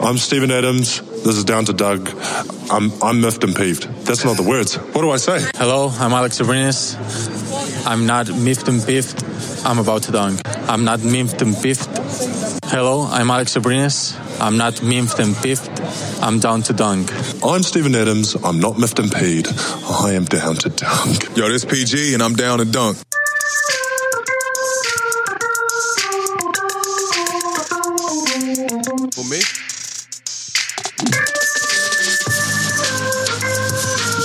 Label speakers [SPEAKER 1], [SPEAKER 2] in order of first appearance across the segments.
[SPEAKER 1] I'm Stephen Adams. This is Down to Doug. I'm, I'm miffed and peeved. That's not the words. What do I say?
[SPEAKER 2] Hello, I'm Alex Abrinas. I'm not miffed and piffed. I'm about to dunk. I'm not miffed and piffed. Hello, I'm Alex Abrinas. I'm not miffed and piffed. I'm down to dunk.
[SPEAKER 1] I'm Stephen Adams. I'm not miffed and peed. I am down to dunk.
[SPEAKER 3] Yo, this PG and I'm down to dunk. For me?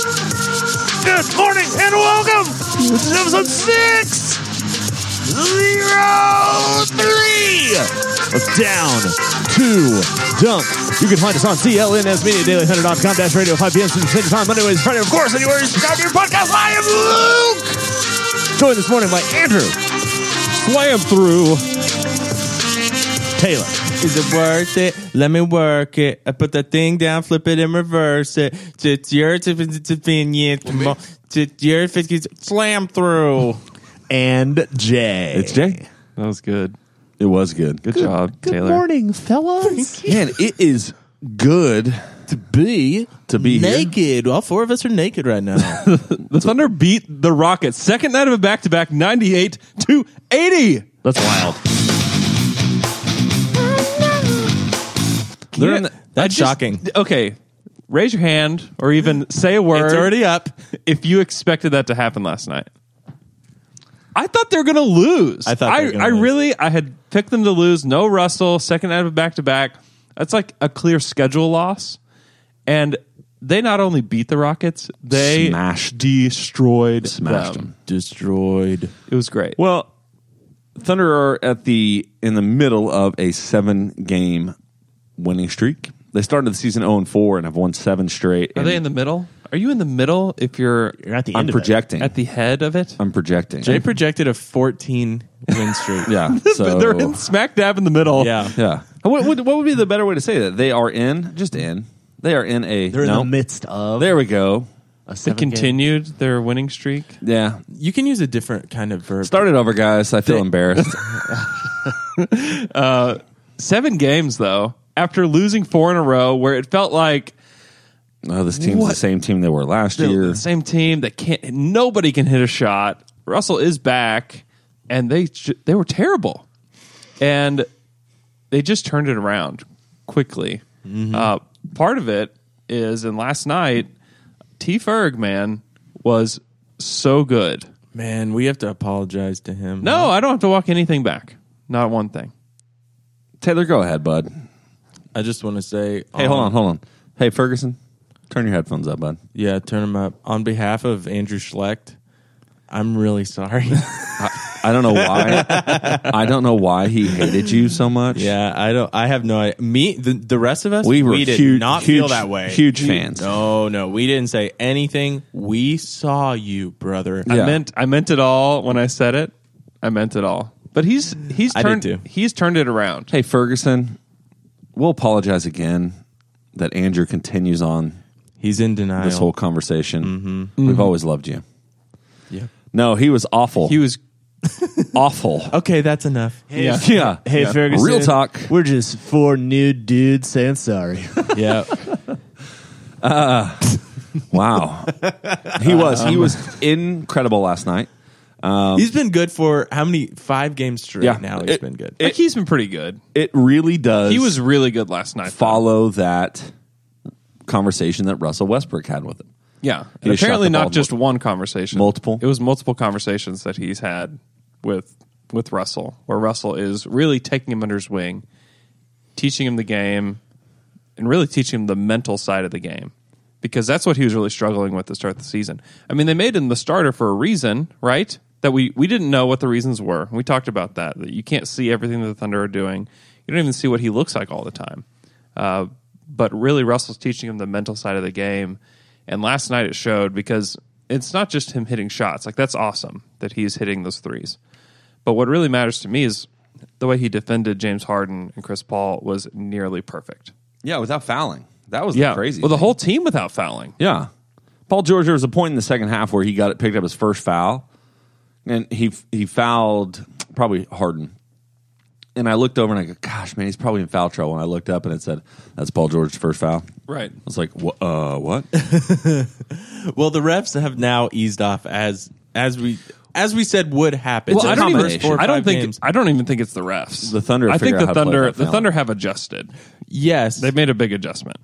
[SPEAKER 4] Good morning and welcome to episode six zero three of Down to Dunk. You can find us on CLNS Media Daily Thunder.com dash radio 5 p.m. Central Standard Time, Monday, Wednesday, Friday, of course, anywhere you subscribe to your podcast. I am Luke! Joined this morning by Andrew Slam Through Taylor.
[SPEAKER 5] Is it worth it? Let me work it. I put that thing down, flip it and reverse it. It's your tip- tip- opinion. Come on. It's your fifties. Slam through.
[SPEAKER 4] And Jay.
[SPEAKER 6] It's Jay. That was good.
[SPEAKER 4] It was good.
[SPEAKER 6] Good, job, Taylor.
[SPEAKER 4] morning, fellas.
[SPEAKER 6] Man, it is good.
[SPEAKER 5] To be
[SPEAKER 6] To be here.
[SPEAKER 5] naked. All four of us are naked right now.
[SPEAKER 6] The Thunder beat the Rockets. Second night of a back to back, 98 to 80.
[SPEAKER 4] That's wild.
[SPEAKER 6] They're in the- I
[SPEAKER 5] That's
[SPEAKER 6] just-
[SPEAKER 5] shocking.
[SPEAKER 6] Okay. Raise your hand or even say a word
[SPEAKER 5] It's already up.
[SPEAKER 6] if you expected that to happen last night. I thought they were going to lose.
[SPEAKER 5] I thought they
[SPEAKER 6] I,
[SPEAKER 5] were gonna
[SPEAKER 6] I
[SPEAKER 5] lose.
[SPEAKER 6] really I had picked them to lose. No Russell, second night of a back to back. That's like a clear schedule loss. And they not only beat the Rockets, they
[SPEAKER 4] Smashed.
[SPEAKER 6] destroyed
[SPEAKER 4] Smashed
[SPEAKER 6] them.
[SPEAKER 5] Destroyed.
[SPEAKER 6] It was great.
[SPEAKER 3] Well, Thunder are at the in the middle of a seven game winning streak. They started the season 0 and 4 and have won seven straight.
[SPEAKER 6] Are
[SPEAKER 3] and
[SPEAKER 6] they in the middle? Are you in the middle if you're
[SPEAKER 4] You're at the
[SPEAKER 3] I'm
[SPEAKER 4] end
[SPEAKER 3] projecting.
[SPEAKER 6] at the head of it?
[SPEAKER 3] I'm projecting.
[SPEAKER 5] Jay projected a fourteen win streak.
[SPEAKER 3] yeah. So
[SPEAKER 6] They're in smack dab in the middle.
[SPEAKER 5] Yeah.
[SPEAKER 3] Yeah. What, what, what would be the better way to say that? They are in, just in. They are in a.
[SPEAKER 4] Of it. They're
[SPEAKER 3] no.
[SPEAKER 4] in the midst of
[SPEAKER 3] There we go.
[SPEAKER 4] a
[SPEAKER 6] They
[SPEAKER 4] seven
[SPEAKER 6] continued their winning streak.
[SPEAKER 3] Yeah.
[SPEAKER 5] You can use a different kind of verb.
[SPEAKER 3] Start it over, guys. I feel embarrassed.
[SPEAKER 6] Seven games though, after losing four in a row, where it felt like
[SPEAKER 3] No, Oh, this team's the
[SPEAKER 6] What?
[SPEAKER 3] same team they were last
[SPEAKER 6] the
[SPEAKER 3] year.
[SPEAKER 6] same team that can't nobody can hit a shot. Russell is back, and they ju- they were terrible, and they just turned it around quickly. Uh, part of it is, and last night, T. Ferg man was so good.
[SPEAKER 5] Man, we have to apologize to him.
[SPEAKER 6] No, I don't have to walk anything back. Not one thing.
[SPEAKER 3] Taylor, go ahead, bud.
[SPEAKER 5] I just want to say
[SPEAKER 3] Hey, hold on, hold on. Hey, Ferguson, turn your headphones up, bud.
[SPEAKER 5] Yeah, turn him up. On behalf of Andrew Schlecht, I'm really sorry.
[SPEAKER 3] I, I don't know why. I don't know why he hated you so much.
[SPEAKER 5] yeah, I don't. I have no idea. Me, the, the rest of us,
[SPEAKER 3] we were
[SPEAKER 5] did
[SPEAKER 3] huge,
[SPEAKER 5] not
[SPEAKER 3] huge,
[SPEAKER 5] feel that way.
[SPEAKER 3] Huge fans.
[SPEAKER 5] No, no, we didn't say anything. We saw you, brother.
[SPEAKER 3] Yeah.
[SPEAKER 6] I meant I meant it all when I said it. I meant it all. But he's he's
[SPEAKER 5] I did
[SPEAKER 6] turned
[SPEAKER 5] too.
[SPEAKER 6] he's turned it around.
[SPEAKER 3] Hey, Ferguson, we'll apologize again that Andrew continues on
[SPEAKER 5] He's in denial.
[SPEAKER 3] this whole conversation. We've always loved you.
[SPEAKER 5] Yeah.
[SPEAKER 3] No, he was awful.
[SPEAKER 6] He was
[SPEAKER 3] awful.
[SPEAKER 5] Okay, that's enough.
[SPEAKER 6] yeah.
[SPEAKER 3] yeah.
[SPEAKER 4] Hey
[SPEAKER 3] Yeah.
[SPEAKER 4] Ferguson,
[SPEAKER 3] Real talk.
[SPEAKER 4] We're just four nude dudes saying sorry.
[SPEAKER 5] yeah,
[SPEAKER 3] Wow. he was. He was incredible last night.
[SPEAKER 5] he's been good for how many five games straight
[SPEAKER 3] Um, Yeah.
[SPEAKER 5] now? He's
[SPEAKER 3] It-
[SPEAKER 5] been good.
[SPEAKER 6] Like he's been pretty good.
[SPEAKER 3] It really does.
[SPEAKER 6] He was really good last night. though.
[SPEAKER 3] follow that conversation that Russell Westbrook had with him.
[SPEAKER 6] Yeah.
[SPEAKER 3] He
[SPEAKER 6] And
[SPEAKER 3] shot
[SPEAKER 6] apparently
[SPEAKER 3] the ball
[SPEAKER 6] not just one conversation.
[SPEAKER 3] Multiple?
[SPEAKER 6] It was multiple conversations that he's had with with Russell, where Russell is really taking him under his wing, teaching him the game, and really teaching him the mental side of the game. Because that's what he was really struggling with to start the season. I mean, they made him the starter for a reason, right? That we, we didn't know what the reasons were. We talked about that, that you can't see everything that the Thunder are doing. You don't even see what he looks like all the time. Uh, but really, Russell's teaching him the mental side of the game. And last night it showed because it's not just him hitting shots. Like, that's awesome that he's hitting those threes. But what really matters to me is the way he defended James Harden and Chris Paul was nearly perfect.
[SPEAKER 3] Yeah, without fouling. That was
[SPEAKER 6] Yeah,
[SPEAKER 3] the crazy.
[SPEAKER 6] Well, the
[SPEAKER 3] thing.
[SPEAKER 6] whole team without fouling.
[SPEAKER 3] yeah. Paul George there was a point in the second half where he got it picked up his first foul, and he he fouled probably Harden, And I looked over and I go, gosh, man, he's probably in foul trouble. And I looked up and it said, that's Paul George's first foul.
[SPEAKER 6] Right.
[SPEAKER 3] I was like, "Wha- uh, what?
[SPEAKER 5] Well, the refs have now eased off as as we as we said would happen.
[SPEAKER 6] Well,
[SPEAKER 5] So
[SPEAKER 6] I
[SPEAKER 5] the
[SPEAKER 6] don't
[SPEAKER 5] first four
[SPEAKER 6] even.
[SPEAKER 5] or
[SPEAKER 6] I don't
[SPEAKER 5] five
[SPEAKER 6] think.
[SPEAKER 5] games-
[SPEAKER 6] I don't even think it's the refs.
[SPEAKER 3] The Thunder
[SPEAKER 6] I
[SPEAKER 3] figure
[SPEAKER 6] think
[SPEAKER 3] out
[SPEAKER 6] the
[SPEAKER 3] how to play
[SPEAKER 6] Thunder.
[SPEAKER 3] that
[SPEAKER 6] The
[SPEAKER 3] finally.
[SPEAKER 6] Thunder have adjusted.
[SPEAKER 5] yes,
[SPEAKER 6] They've made a big adjustment.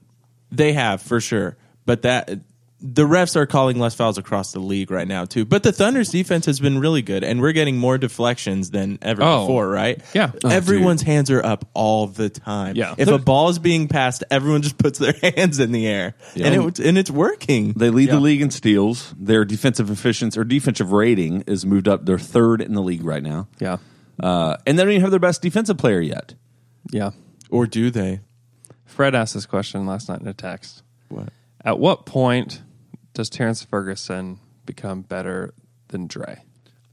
[SPEAKER 5] They have for sure, but that the refs are calling less fouls across the league right now too. But the Thunder's defense has been really good, and we're getting more deflections than ever
[SPEAKER 6] Oh.
[SPEAKER 5] before. Right?
[SPEAKER 6] Yeah. Oh,
[SPEAKER 5] Everyone's hands are up all the time.
[SPEAKER 6] Yeah.
[SPEAKER 5] If a ball is being passed, everyone just puts their hands in the air, and it and it's working.
[SPEAKER 3] They lead
[SPEAKER 6] Yeah.
[SPEAKER 3] the league in steals. Their defensive efficiency or defensive rating is moved up. They're third in the league right now.
[SPEAKER 6] Yeah.
[SPEAKER 3] Uh, and they don't even have their best defensive player yet.
[SPEAKER 6] Yeah.
[SPEAKER 5] or do they?
[SPEAKER 6] Fred asked this question last night in a text.
[SPEAKER 5] What?
[SPEAKER 6] At what point does Terrence Ferguson become better than Dre?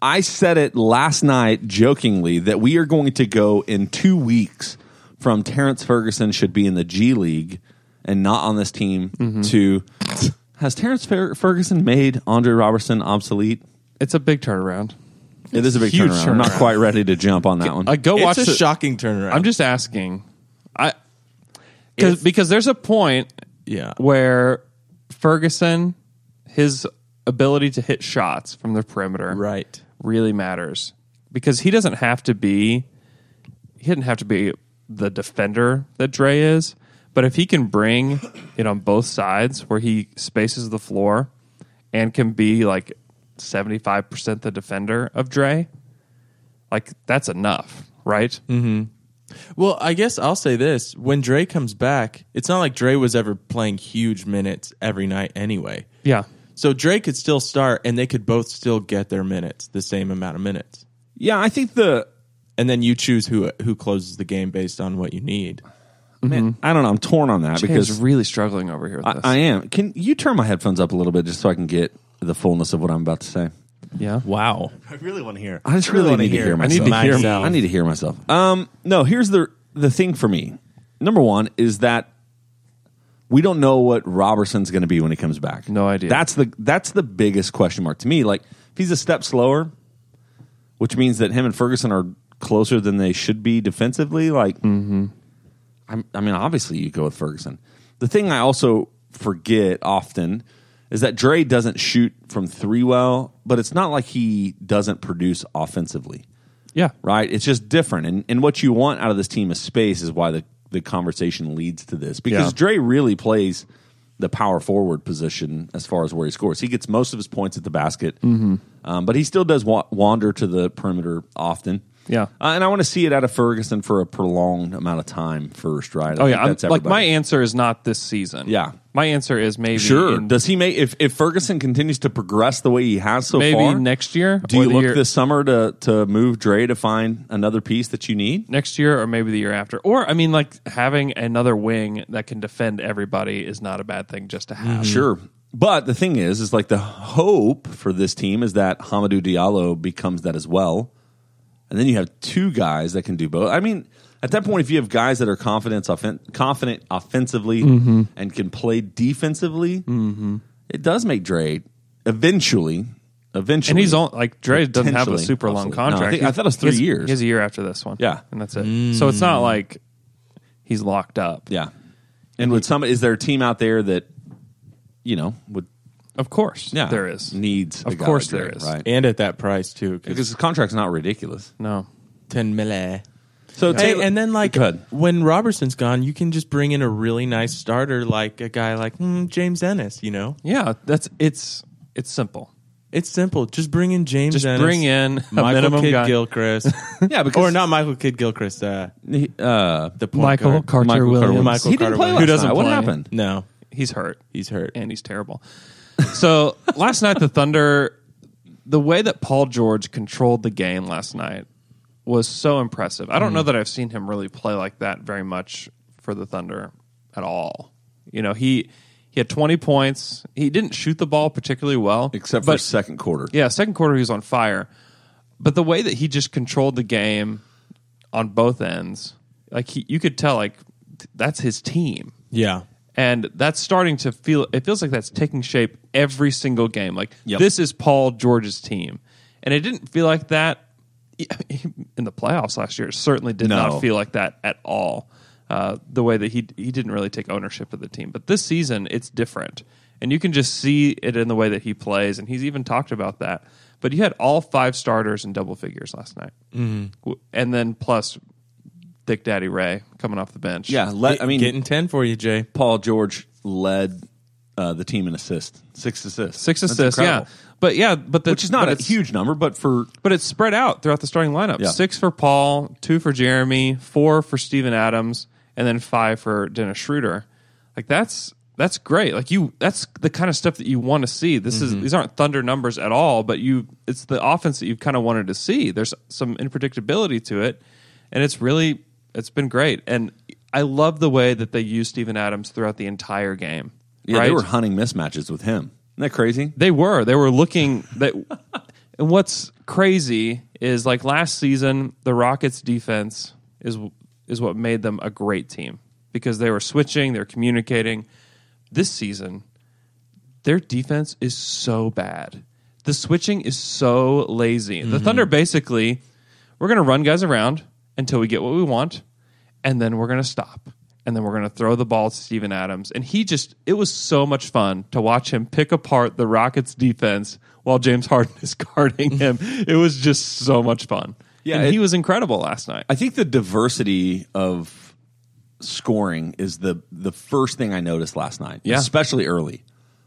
[SPEAKER 3] I said it last night jokingly that we are going to go in two weeks from Terrence Ferguson should be in the G League and not on this team
[SPEAKER 6] Mm-hmm.
[SPEAKER 3] to has Terrence Fer- Ferguson made Andre Robertson obsolete?
[SPEAKER 6] It's a big turnaround.
[SPEAKER 3] It is a big
[SPEAKER 6] Huge
[SPEAKER 3] turnaround. I'm not
[SPEAKER 6] turnaround.
[SPEAKER 3] quite ready to jump on that one.
[SPEAKER 6] Like go watch
[SPEAKER 5] it's a
[SPEAKER 6] the,
[SPEAKER 5] shocking turnaround.
[SPEAKER 6] I'm just asking. I cause, because there's a point
[SPEAKER 5] Yeah.
[SPEAKER 6] where Ferguson his ability to hit shots from the perimeter
[SPEAKER 5] right.
[SPEAKER 6] really matters because he doesn't have to be he didn't have to be the defender that Dre is, but if he can bring it on both sides where he spaces the floor and can be like 75% the defender of Dre, like that's enough, right?
[SPEAKER 5] Well, I guess I'll say this: when Dre comes back, it's not like Dre was ever playing huge minutes every night anyway.
[SPEAKER 6] Yeah.
[SPEAKER 5] So Dre could still start, and they could both still get their minutes, the same amount of minutes.
[SPEAKER 3] yeah, I think the
[SPEAKER 5] And then you choose who who closes the game based on what you need.
[SPEAKER 3] man,
[SPEAKER 6] Mm-hmm.
[SPEAKER 3] I don't know. I'm torn on that
[SPEAKER 6] Because
[SPEAKER 3] because
[SPEAKER 6] really struggling over here with
[SPEAKER 3] I,
[SPEAKER 6] this.
[SPEAKER 3] I am. Can you turn my headphones up a little bit just so I can get the fullness of what I'm about to say?
[SPEAKER 6] yeah.
[SPEAKER 5] Wow.
[SPEAKER 4] I really want to hear.
[SPEAKER 3] I just really,
[SPEAKER 4] wanna
[SPEAKER 3] need to hear
[SPEAKER 6] need
[SPEAKER 3] myself.
[SPEAKER 6] to hear
[SPEAKER 5] myself.
[SPEAKER 3] I need to hear myself. Um, no, here's the the thing for me. Number one is that we don't know what Robertson's going to be when he comes back.
[SPEAKER 6] No idea.
[SPEAKER 3] That's the that's the biggest question mark to me. Like if he's a step slower, which means that him and Ferguson are closer than they should be defensively. Like,
[SPEAKER 6] Mm-hmm.
[SPEAKER 3] I'm, I mean, obviously you go with Ferguson. The thing I also forget often is that Dre doesn't shoot from three well, but it's not like he doesn't produce offensively
[SPEAKER 6] Yeah.
[SPEAKER 3] right? It's just different. And and what you want out of this team is space is why the, the conversation leads to this. Because
[SPEAKER 6] Yeah.
[SPEAKER 3] Dre really plays the power forward position as far as where he scores. He gets most of his points at the basket,
[SPEAKER 6] Mm-hmm.
[SPEAKER 3] um, but he still does wa- wander to the perimeter often.
[SPEAKER 6] Yeah.
[SPEAKER 3] Uh, and I want to see it out of Ferguson for a prolonged amount of time first, right? I
[SPEAKER 6] Oh
[SPEAKER 3] think
[SPEAKER 6] yeah, I'm,
[SPEAKER 3] that's
[SPEAKER 6] like my
[SPEAKER 3] everybody.
[SPEAKER 6] answer is not this season.
[SPEAKER 3] Yeah.
[SPEAKER 6] My answer is maybe
[SPEAKER 3] Sure.
[SPEAKER 6] in-
[SPEAKER 3] Does he make if, if Ferguson continues to progress the way he has so
[SPEAKER 6] maybe
[SPEAKER 3] far?
[SPEAKER 6] next year
[SPEAKER 3] do
[SPEAKER 6] or
[SPEAKER 3] you
[SPEAKER 6] the
[SPEAKER 3] look
[SPEAKER 6] year-
[SPEAKER 3] this summer to to move Dre to find another piece that you need?
[SPEAKER 6] next year or maybe the year after. Or I mean, like having another wing that can defend everybody is not a bad thing just to have.
[SPEAKER 3] Sure. But the thing is, is like the hope for this team is that Hamadou Diallo becomes that as well. And then you have two guys that can do both. I mean, at that point, if you have guys that are confident, offen- confident offensively
[SPEAKER 6] Mm-hmm.
[SPEAKER 3] and can play defensively, it does make Dre eventually, eventually.
[SPEAKER 6] And he's on like Dre doesn't have a
[SPEAKER 3] Potentially.
[SPEAKER 6] super long
[SPEAKER 3] Absolutely. No, I
[SPEAKER 6] contract.
[SPEAKER 3] think- I thought it was
[SPEAKER 6] He has-
[SPEAKER 3] three years.
[SPEAKER 6] He has a year after this one.
[SPEAKER 3] Yeah. Mm.
[SPEAKER 6] and that's it. So it's not like he's locked up.
[SPEAKER 3] yeah. And would some is there a team out there that you know would
[SPEAKER 6] Of course,
[SPEAKER 3] yeah
[SPEAKER 6] there is.
[SPEAKER 3] needs a
[SPEAKER 6] Of
[SPEAKER 3] guy like
[SPEAKER 6] course
[SPEAKER 3] Dre,
[SPEAKER 6] there is.
[SPEAKER 3] right
[SPEAKER 5] And at that price too,
[SPEAKER 3] because his contract's not ridiculous.
[SPEAKER 6] No,
[SPEAKER 5] ten mille.
[SPEAKER 3] So
[SPEAKER 5] Hey,
[SPEAKER 3] Taylor-
[SPEAKER 5] and then like
[SPEAKER 3] Go ahead.
[SPEAKER 5] when Robertson's gone, you can just bring in a really nice starter, like a guy like hmm, James Ennis. You know,
[SPEAKER 6] yeah, that's it's it's simple.
[SPEAKER 5] it's simple. Just bring in James.
[SPEAKER 6] Just
[SPEAKER 5] Ennis,
[SPEAKER 6] bring in a
[SPEAKER 5] Michael
[SPEAKER 6] minimum
[SPEAKER 5] Kidd
[SPEAKER 6] guy.
[SPEAKER 5] Gilchrist.
[SPEAKER 3] yeah, because
[SPEAKER 5] or not Michael Kidd Gilchrist. Uh,
[SPEAKER 3] he- uh,
[SPEAKER 5] the point guard.
[SPEAKER 6] Carter
[SPEAKER 3] Michael Carter Williams.
[SPEAKER 5] Michael
[SPEAKER 3] he didn't
[SPEAKER 5] Carter
[SPEAKER 3] play
[SPEAKER 5] Williams.
[SPEAKER 3] last
[SPEAKER 5] Who
[SPEAKER 6] doesn't
[SPEAKER 3] night. What
[SPEAKER 6] play?
[SPEAKER 3] happened?
[SPEAKER 5] No,
[SPEAKER 6] He's hurt.
[SPEAKER 5] he's hurt.
[SPEAKER 6] and he's terrible. So last night the Thunder, the way that Paul George controlled the game last night was so impressive. I don't
[SPEAKER 3] Hmm.
[SPEAKER 6] know that I've seen him really play like that very much for the Thunder at all. You know, he he had 20 points. He didn't shoot the ball particularly well,
[SPEAKER 3] Except for
[SPEAKER 6] but-
[SPEAKER 3] second quarter.
[SPEAKER 6] yeah, second quarter he was on fire. But the way that he just controlled the game on both ends, like he, you could tell, like th- that's his team
[SPEAKER 5] yeah.
[SPEAKER 6] and that's starting to feel it feels like that's taking shape every single game like
[SPEAKER 3] Yep.
[SPEAKER 6] this is paul george's team and it didn't feel like that in the playoffs last year, it certainly did
[SPEAKER 3] No.
[SPEAKER 6] not feel like that at all. Uh, the way that he he didn't really take ownership of the team, but this season it's different, and you can just see it in the way that he plays, and he's even talked about that. But you had all five starters in double figures last night,
[SPEAKER 3] Mm-hmm.
[SPEAKER 6] W- and then plus Dick Daddy Ray coming off the bench.
[SPEAKER 3] Yeah, let, I mean,
[SPEAKER 5] getting ten for you, Jay.
[SPEAKER 3] Paul George led uh, the team in assists, six assists,
[SPEAKER 6] six
[SPEAKER 3] That's
[SPEAKER 6] assists. Yeah,
[SPEAKER 3] incredible.
[SPEAKER 6] but yeah, but the,
[SPEAKER 3] which is not
[SPEAKER 6] but
[SPEAKER 3] a
[SPEAKER 6] it's-
[SPEAKER 3] huge number, but for
[SPEAKER 6] but it's spread out throughout the starting lineup.
[SPEAKER 3] Yeah.
[SPEAKER 6] Six for Paul, two for Jeremy, four for Steven Adams, and then five for Dennis Schroeder. Like that's that's great. Like you that's the kind of stuff that you want to see. This
[SPEAKER 3] Mm-hmm.
[SPEAKER 6] is these aren't thunder numbers at all, but you it's the offense that you kind of wanted to see. There's some unpredictability to it, and it's really it's been great. And I love the way that they used Steven Adams throughout the entire game.
[SPEAKER 3] yeah,
[SPEAKER 6] right?
[SPEAKER 3] they were hunting mismatches with him. Isn't that crazy?
[SPEAKER 6] They were. They were looking that and what's crazy is like last season the Rockets defense is is what made them a great team because they were switching, they're communicating. This season their defense is so bad. The switching is so lazy. The
[SPEAKER 3] Mm-hmm.
[SPEAKER 6] Thunder basically we're going to run guys around until we get what we want and then we're going to stop. And then we're going to throw the ball to Steven Adams. And he just, it was so much fun to watch him pick apart the Rockets defense while James Harden is guarding him. it was just so much fun.
[SPEAKER 3] Yeah,
[SPEAKER 6] And
[SPEAKER 3] it-
[SPEAKER 6] he was incredible last night.
[SPEAKER 3] I think the diversity of scoring is the the first thing I noticed last night,
[SPEAKER 6] Yeah.
[SPEAKER 3] especially early.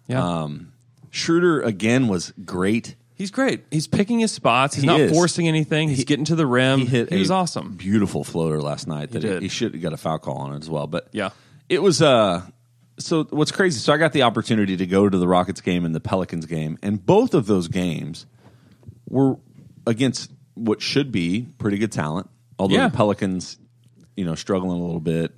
[SPEAKER 6] yeah.
[SPEAKER 3] um, Schroeder again was great.
[SPEAKER 6] he's great. He's picking his spots. He's
[SPEAKER 3] He
[SPEAKER 6] not
[SPEAKER 3] is.
[SPEAKER 6] forcing anything. He's getting to the rim.
[SPEAKER 3] He
[SPEAKER 6] He,
[SPEAKER 3] hit.
[SPEAKER 6] was
[SPEAKER 3] a
[SPEAKER 6] awesome.
[SPEAKER 3] Beautiful floater last night. That he,
[SPEAKER 6] did.
[SPEAKER 3] he should have got a foul call on it as well. But
[SPEAKER 6] Yeah.
[SPEAKER 3] it was. Uh, so what's crazy? So I got the opportunity to go to the Rockets game and the Pelicans game, and both of those games were against what should be pretty good talent. Although
[SPEAKER 6] Yeah.
[SPEAKER 3] the Pelicans, you know, struggling a little bit.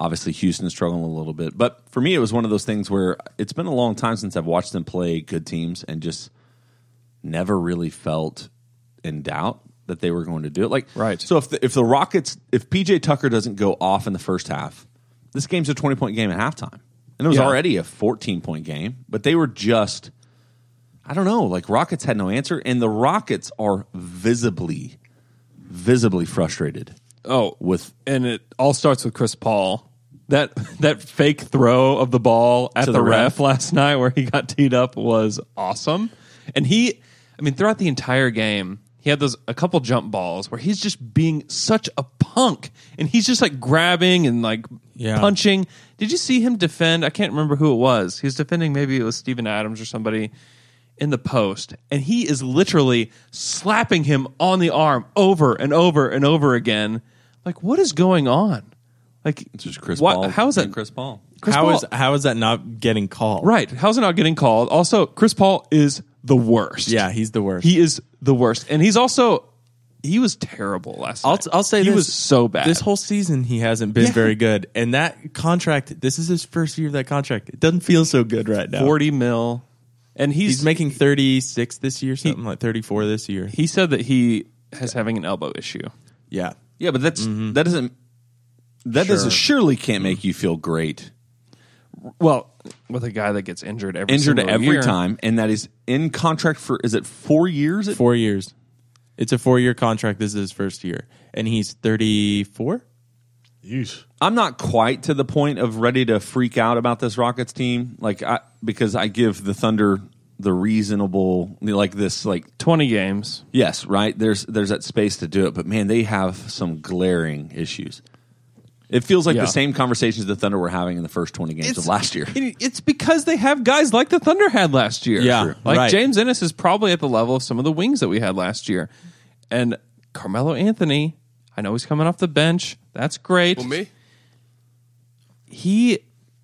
[SPEAKER 3] Obviously, Houston is struggling a little bit. But for me, it was one of those things where it's been a long time since I've watched them play good teams and just never really felt in doubt that they were going to do it. Like,
[SPEAKER 6] Right.
[SPEAKER 3] So if the, if the Rockets, if PJ Tucker doesn't go off in the first half, this game's a twenty point game at halftime, and it was
[SPEAKER 6] Yeah.
[SPEAKER 3] already a fourteen point game. But they were just, I don't know, like Rockets had no answer, and the Rockets are visibly, visibly frustrated.
[SPEAKER 6] Oh,
[SPEAKER 3] With
[SPEAKER 6] and it all starts with Chris Paul. That that fake throw of the ball at
[SPEAKER 3] To
[SPEAKER 6] the,
[SPEAKER 3] the
[SPEAKER 6] ref.
[SPEAKER 3] ref.
[SPEAKER 6] last night where he got teed up was awesome. And he I mean throughout the entire game, he had those a couple jump balls where he's just being such a punk and he's just like grabbing and like
[SPEAKER 5] Yeah.
[SPEAKER 6] punching. Did you see him defend? I can't remember who it was. He was defending maybe it was Steven Adams or somebody in the post and he is literally slapping him on the arm over and over and over again. Like what is going on? Like
[SPEAKER 3] it's just Chris
[SPEAKER 6] why-
[SPEAKER 3] Paul.
[SPEAKER 6] How is that?
[SPEAKER 3] and Chris Paul?
[SPEAKER 6] Chris
[SPEAKER 5] How
[SPEAKER 6] Paul-
[SPEAKER 5] is how is that not getting called?
[SPEAKER 6] Right. How's it not getting called? Also, Chris Paul is the worst.
[SPEAKER 5] Yeah, he's the worst.
[SPEAKER 6] He is the worst. And he's also he was terrible last
[SPEAKER 5] I'll,
[SPEAKER 6] night.
[SPEAKER 5] I'll say
[SPEAKER 6] he
[SPEAKER 5] this.
[SPEAKER 6] was so bad.
[SPEAKER 5] This whole season, he hasn't been very good. And that contract, this is his first year of that contract. It doesn't feel so good right now.
[SPEAKER 6] forty mil. And he's,
[SPEAKER 5] He's making 36 this year, something like 34 this year.
[SPEAKER 6] he said that he is having an elbow issue.
[SPEAKER 5] yeah.
[SPEAKER 3] Yeah, but that's
[SPEAKER 6] Mm-hmm.
[SPEAKER 3] that doesn't that doesn't surely can't make you feel great.
[SPEAKER 6] Well, with a guy that gets injured every
[SPEAKER 3] Injured
[SPEAKER 6] single
[SPEAKER 3] every
[SPEAKER 6] year.
[SPEAKER 3] time, and that is in contract for is it four years? at
[SPEAKER 5] Four years. It's a four year contract. This is his first year. And he's 34?
[SPEAKER 1] Yeesh.
[SPEAKER 3] I'm not quite to the point of ready to freak out about this Rockets team, like I, because I give the Thunder the reasonable, like this, like
[SPEAKER 6] Twenty games.
[SPEAKER 3] yes, right. There's there's that space to do it, but man, they have some glaring issues. It feels like
[SPEAKER 6] Yeah.
[SPEAKER 3] the same conversations the Thunder were having in the first 20 games of last year.
[SPEAKER 6] It- It's because they have guys like the Thunder had last year.
[SPEAKER 5] Yeah, True.
[SPEAKER 6] like
[SPEAKER 5] right.
[SPEAKER 6] James Ennis is probably at the level of some of the wings that we had last year, and Carmelo Anthony. I know he's coming off the bench. That's great.
[SPEAKER 1] Well, me?
[SPEAKER 6] He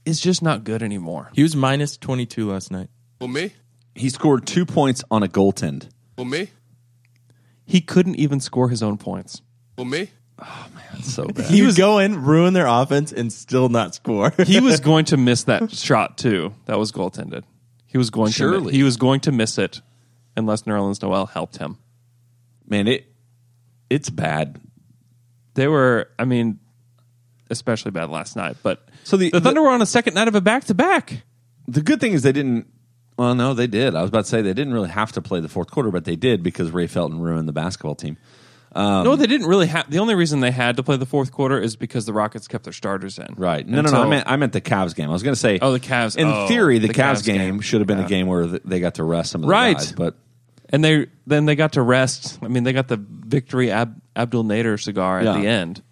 [SPEAKER 6] is just not good anymore.
[SPEAKER 5] He was minus 22 last night.
[SPEAKER 1] Well, me?
[SPEAKER 3] He scored two points on a goaltend.
[SPEAKER 1] Well, me?
[SPEAKER 6] He couldn't even score his own points.
[SPEAKER 1] Well, me?
[SPEAKER 3] So bad.
[SPEAKER 5] He was go in, ruin their offense, and still not score.
[SPEAKER 6] He was going to miss that shot too. That was goaltended. He was going to
[SPEAKER 3] Surely.
[SPEAKER 6] mi- he was going to miss it unless Nerlens Noel helped him.
[SPEAKER 3] man, it it's bad.
[SPEAKER 6] They were, I mean, especially bad last night. But
[SPEAKER 3] So the-
[SPEAKER 6] the Thunder were on a second night of a back to back.
[SPEAKER 3] The good thing is they didn't Well, no, they did. I was about to say they didn't really have to play the fourth quarter, but they did because Ray Felton ruined the basketball team. Um,
[SPEAKER 6] no, they didn't really have. The only reason they had to play the fourth quarter is because the Rockets kept their starters in.
[SPEAKER 3] Right. No, no,
[SPEAKER 6] Until-
[SPEAKER 3] no. I meant, I meant the Cavs game. I was going to say.
[SPEAKER 6] Oh, the Cavs.
[SPEAKER 3] In
[SPEAKER 6] Oh,
[SPEAKER 3] theory, the,
[SPEAKER 6] the
[SPEAKER 3] Cavs,
[SPEAKER 6] Cavs
[SPEAKER 3] game,
[SPEAKER 6] game.
[SPEAKER 3] should have been
[SPEAKER 6] Yeah.
[SPEAKER 3] a game where th- they got to rest some of the
[SPEAKER 6] Right.
[SPEAKER 3] guys, but
[SPEAKER 6] and they then they got to rest. I mean, they got the victory Ab, Abdul Nader cigar at
[SPEAKER 3] Yeah.
[SPEAKER 6] the end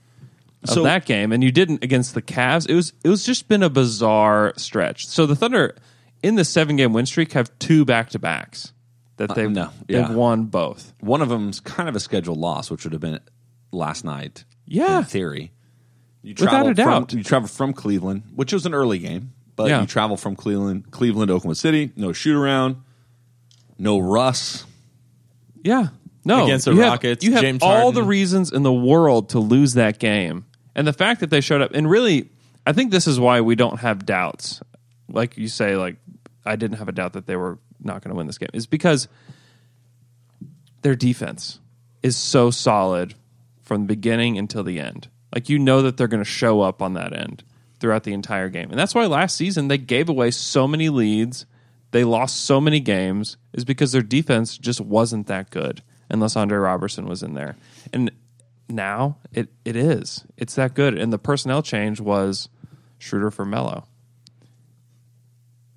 [SPEAKER 6] of
[SPEAKER 3] So-
[SPEAKER 6] that game, and you didn't against the Cavs. It was it was just been a bizarre stretch. So the Thunder in the seven game win streak have two back to backs that they've
[SPEAKER 3] Uh, no, yeah.
[SPEAKER 6] they've won both.
[SPEAKER 3] one of them's kind of a scheduled loss, which would have been last night.
[SPEAKER 6] Yeah.
[SPEAKER 3] in theory. You
[SPEAKER 6] Without
[SPEAKER 3] travel
[SPEAKER 6] a doubt.
[SPEAKER 3] From, you travel from Cleveland, which was an early game, but
[SPEAKER 6] Yeah.
[SPEAKER 3] you travel from Cleveland, Cleveland to Oklahoma City. No shoot around, no Russ.
[SPEAKER 6] Yeah. No.
[SPEAKER 5] Against the
[SPEAKER 6] you have-
[SPEAKER 5] Rockets,
[SPEAKER 6] you have
[SPEAKER 5] James
[SPEAKER 6] all
[SPEAKER 5] Harden.
[SPEAKER 6] the reasons in the world to lose that game. And the fact that they showed up, and really, I think this is why we don't have doubts. Like you say, like, I didn't have a doubt that they were not going to win this game, is because their defense is so solid from the beginning until the end. Like, you know that they're going to show up on that end throughout the entire game. And that's why last season they gave away so many leads. They lost so many games is because their defense just wasn't that good unless Andre Robertson was in there. And now it, it is. It's that good. And the personnel change was Schroeder for Mello.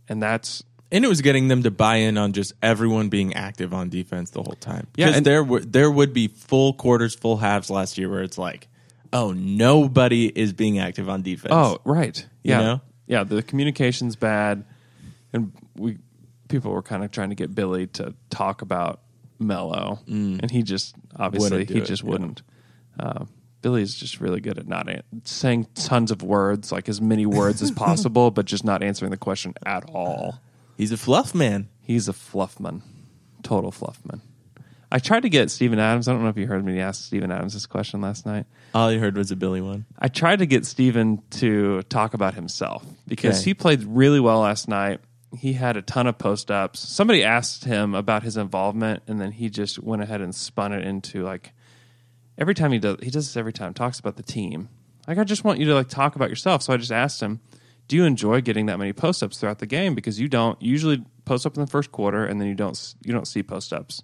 [SPEAKER 6] And that's
[SPEAKER 5] And it was getting them to buy in on just everyone being active on defense the whole time.
[SPEAKER 6] Yeah,
[SPEAKER 5] Because
[SPEAKER 6] and-
[SPEAKER 5] there were there would be full quarters, full halves last year where it's like, oh, nobody is being active on defense.
[SPEAKER 6] Oh, right.
[SPEAKER 5] You
[SPEAKER 6] Yeah.
[SPEAKER 5] know?
[SPEAKER 6] Yeah, the communication's bad and we people were kind of trying to get Billy to talk about Mello and he just obviously
[SPEAKER 5] Mm. Wouldn't do
[SPEAKER 6] he
[SPEAKER 5] it,
[SPEAKER 6] just
[SPEAKER 5] yeah.
[SPEAKER 6] wouldn't. Uh, Billy's just really good at not an- saying tons of words, like as many words as possible, but just not answering the question at all.
[SPEAKER 5] he's a fluff man.
[SPEAKER 6] He's a fluffman, total fluffman. I tried to get Steven Adams. I don't know if you heard me ask Steven Adams this question last night.
[SPEAKER 5] All you heard was a Billy one.
[SPEAKER 6] I tried to get Steven to talk about himself because
[SPEAKER 5] Okay.
[SPEAKER 6] he played really well last night. He had a ton of post ups. Somebody asked him about his involvement, and then he just went ahead and spun it into like every time he does he does this every time talks about the team. Like I just want you to like talk about yourself. So I just asked him, "Do you enjoy getting that many post ups throughout the game? Because you don't you usually post up in the first quarter, and then you don't s- you don't see post ups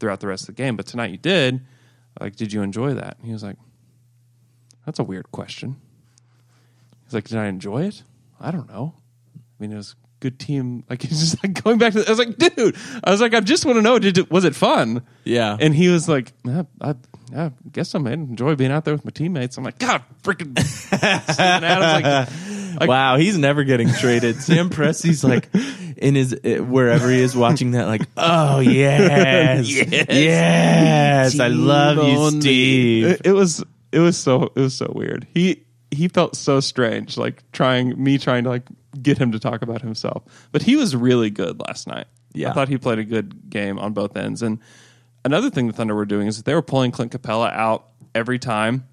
[SPEAKER 6] throughout the rest of the game. But tonight you did. Like, did you enjoy that?" And he was like, that's a weird question. He's like, did I enjoy it? I don't know. I mean, it was a good team. Like he's just like going back to. I was like, dude. I was like, I just want to know. Did it, was it fun?
[SPEAKER 5] Yeah.
[SPEAKER 6] And he was like, "Yeah, I, I guess I made enjoy being out there with my teammates. I'm like, God, freaking. Steven Adams, like, like,
[SPEAKER 5] wow, he's never getting traded. Sam Presti's like in his uh, wherever he is watching that, like, oh yes, yes, I love you, Steve.
[SPEAKER 6] It, it was it was so it was so weird. He he felt so strange, like trying me trying to like get him to talk about himself. But he was really good last night.
[SPEAKER 5] Yeah.
[SPEAKER 6] I thought he played a good game on both ends. And another thing the Thunder were doing is that they were pulling Clint Capella out every time,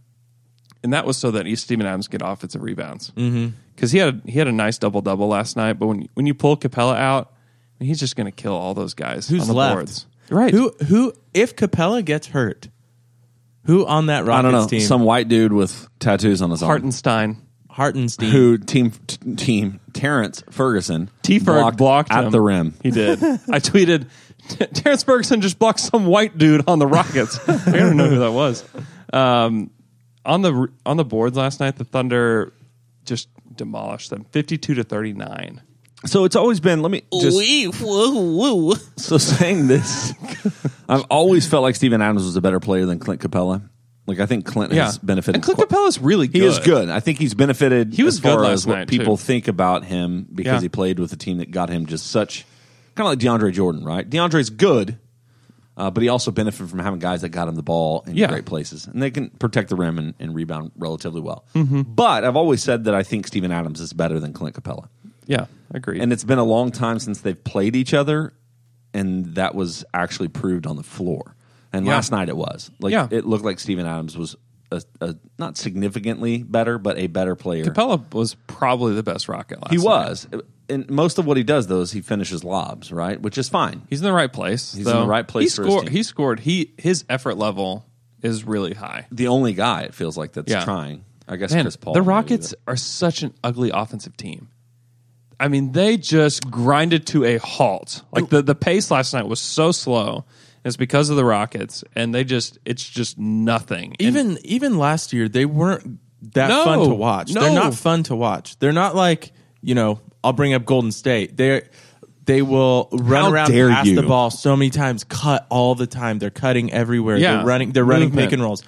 [SPEAKER 6] and that was so that East Steven Adams get offensive rebounds. Because
[SPEAKER 5] Mm-hmm.
[SPEAKER 6] he had he had a nice double double last night. But when when you pull Capella out, he's just going to kill all those guys
[SPEAKER 5] Who's
[SPEAKER 6] on the
[SPEAKER 5] left?
[SPEAKER 6] boards. Right?
[SPEAKER 5] Who who if Capella gets hurt, who on that Rockets
[SPEAKER 3] I don't know
[SPEAKER 5] team?
[SPEAKER 3] some white dude with tattoos on his arm.
[SPEAKER 6] Hartenstein.
[SPEAKER 5] Hartenstein.
[SPEAKER 3] who team t- team Terrence Ferguson
[SPEAKER 6] T Ferg blocked,
[SPEAKER 3] at
[SPEAKER 6] him.
[SPEAKER 3] the rim.
[SPEAKER 6] He did. I tweeted, "T- Terrence Ferguson just blocked some white dude on the Rockets. I don't know who that was. Um, on the on the boards last night, the Thunder just demolished them, fifty-two to thirty-nine.
[SPEAKER 3] So it's always been. Let me just so saying this. I've always felt like Steven Adams was a better player than Clint Capella. Like I think Clint has benefited.
[SPEAKER 6] And Clint
[SPEAKER 3] qu-
[SPEAKER 6] Capella's really good.
[SPEAKER 3] He is good. I think he's benefited.
[SPEAKER 6] He was
[SPEAKER 3] as far
[SPEAKER 6] good
[SPEAKER 3] as
[SPEAKER 6] last
[SPEAKER 3] what
[SPEAKER 6] night,
[SPEAKER 3] people
[SPEAKER 6] too.
[SPEAKER 3] think about him because
[SPEAKER 6] Yeah.
[SPEAKER 3] he played with a team that got him just such kind of like DeAndre Jordan, right? DeAndre's good, uh, but he also benefited from having guys that got him the ball in
[SPEAKER 6] Yeah.
[SPEAKER 3] great places, and they can protect the rim and, and rebound relatively well.
[SPEAKER 6] Mm-hmm.
[SPEAKER 3] But I've always said that I think Steven Adams is better than Clint Capella,
[SPEAKER 6] Yeah, agreed.
[SPEAKER 3] and it's been a long time since they've played each other, and that was actually proved on the floor. And
[SPEAKER 6] Yeah.
[SPEAKER 3] last night it was like
[SPEAKER 6] Yeah.
[SPEAKER 3] it looked like Steven Adams was. A, a, not significantly better, but a better player.
[SPEAKER 6] Capella was probably the best Rocket last
[SPEAKER 3] He
[SPEAKER 6] night.
[SPEAKER 3] was. And most of what he does, though, is he finishes lobs, right? Which is fine.
[SPEAKER 6] He's in the right place.
[SPEAKER 3] He's in the
[SPEAKER 6] though.
[SPEAKER 3] right place
[SPEAKER 6] He
[SPEAKER 3] for his
[SPEAKER 6] scored.
[SPEAKER 3] team.
[SPEAKER 6] He scored. He his effort level is really high.
[SPEAKER 3] The only guy, it feels like, that's
[SPEAKER 6] Yeah.
[SPEAKER 3] trying. I guess
[SPEAKER 6] Man,
[SPEAKER 3] Chris Paul.
[SPEAKER 6] The
[SPEAKER 3] maybe,
[SPEAKER 6] Rockets
[SPEAKER 3] but-
[SPEAKER 6] are such an ugly offensive team. I mean, they just grinded to a halt. Like the, the pace last night was so slow. It's because of the Rockets, and they just it's just nothing. And-
[SPEAKER 5] even even last year they weren't that
[SPEAKER 6] No,
[SPEAKER 5] fun to watch.
[SPEAKER 6] no.
[SPEAKER 5] They're not fun to watch. They're not like you know. I'll bring up Golden State. They they will run
[SPEAKER 3] How
[SPEAKER 5] around,
[SPEAKER 3] dare
[SPEAKER 5] pass
[SPEAKER 3] you.
[SPEAKER 5] the ball so many times, cut all the time. They're cutting everywhere.
[SPEAKER 6] Yeah.
[SPEAKER 5] They're running. They're running
[SPEAKER 6] Movement.
[SPEAKER 5] pick and rolls.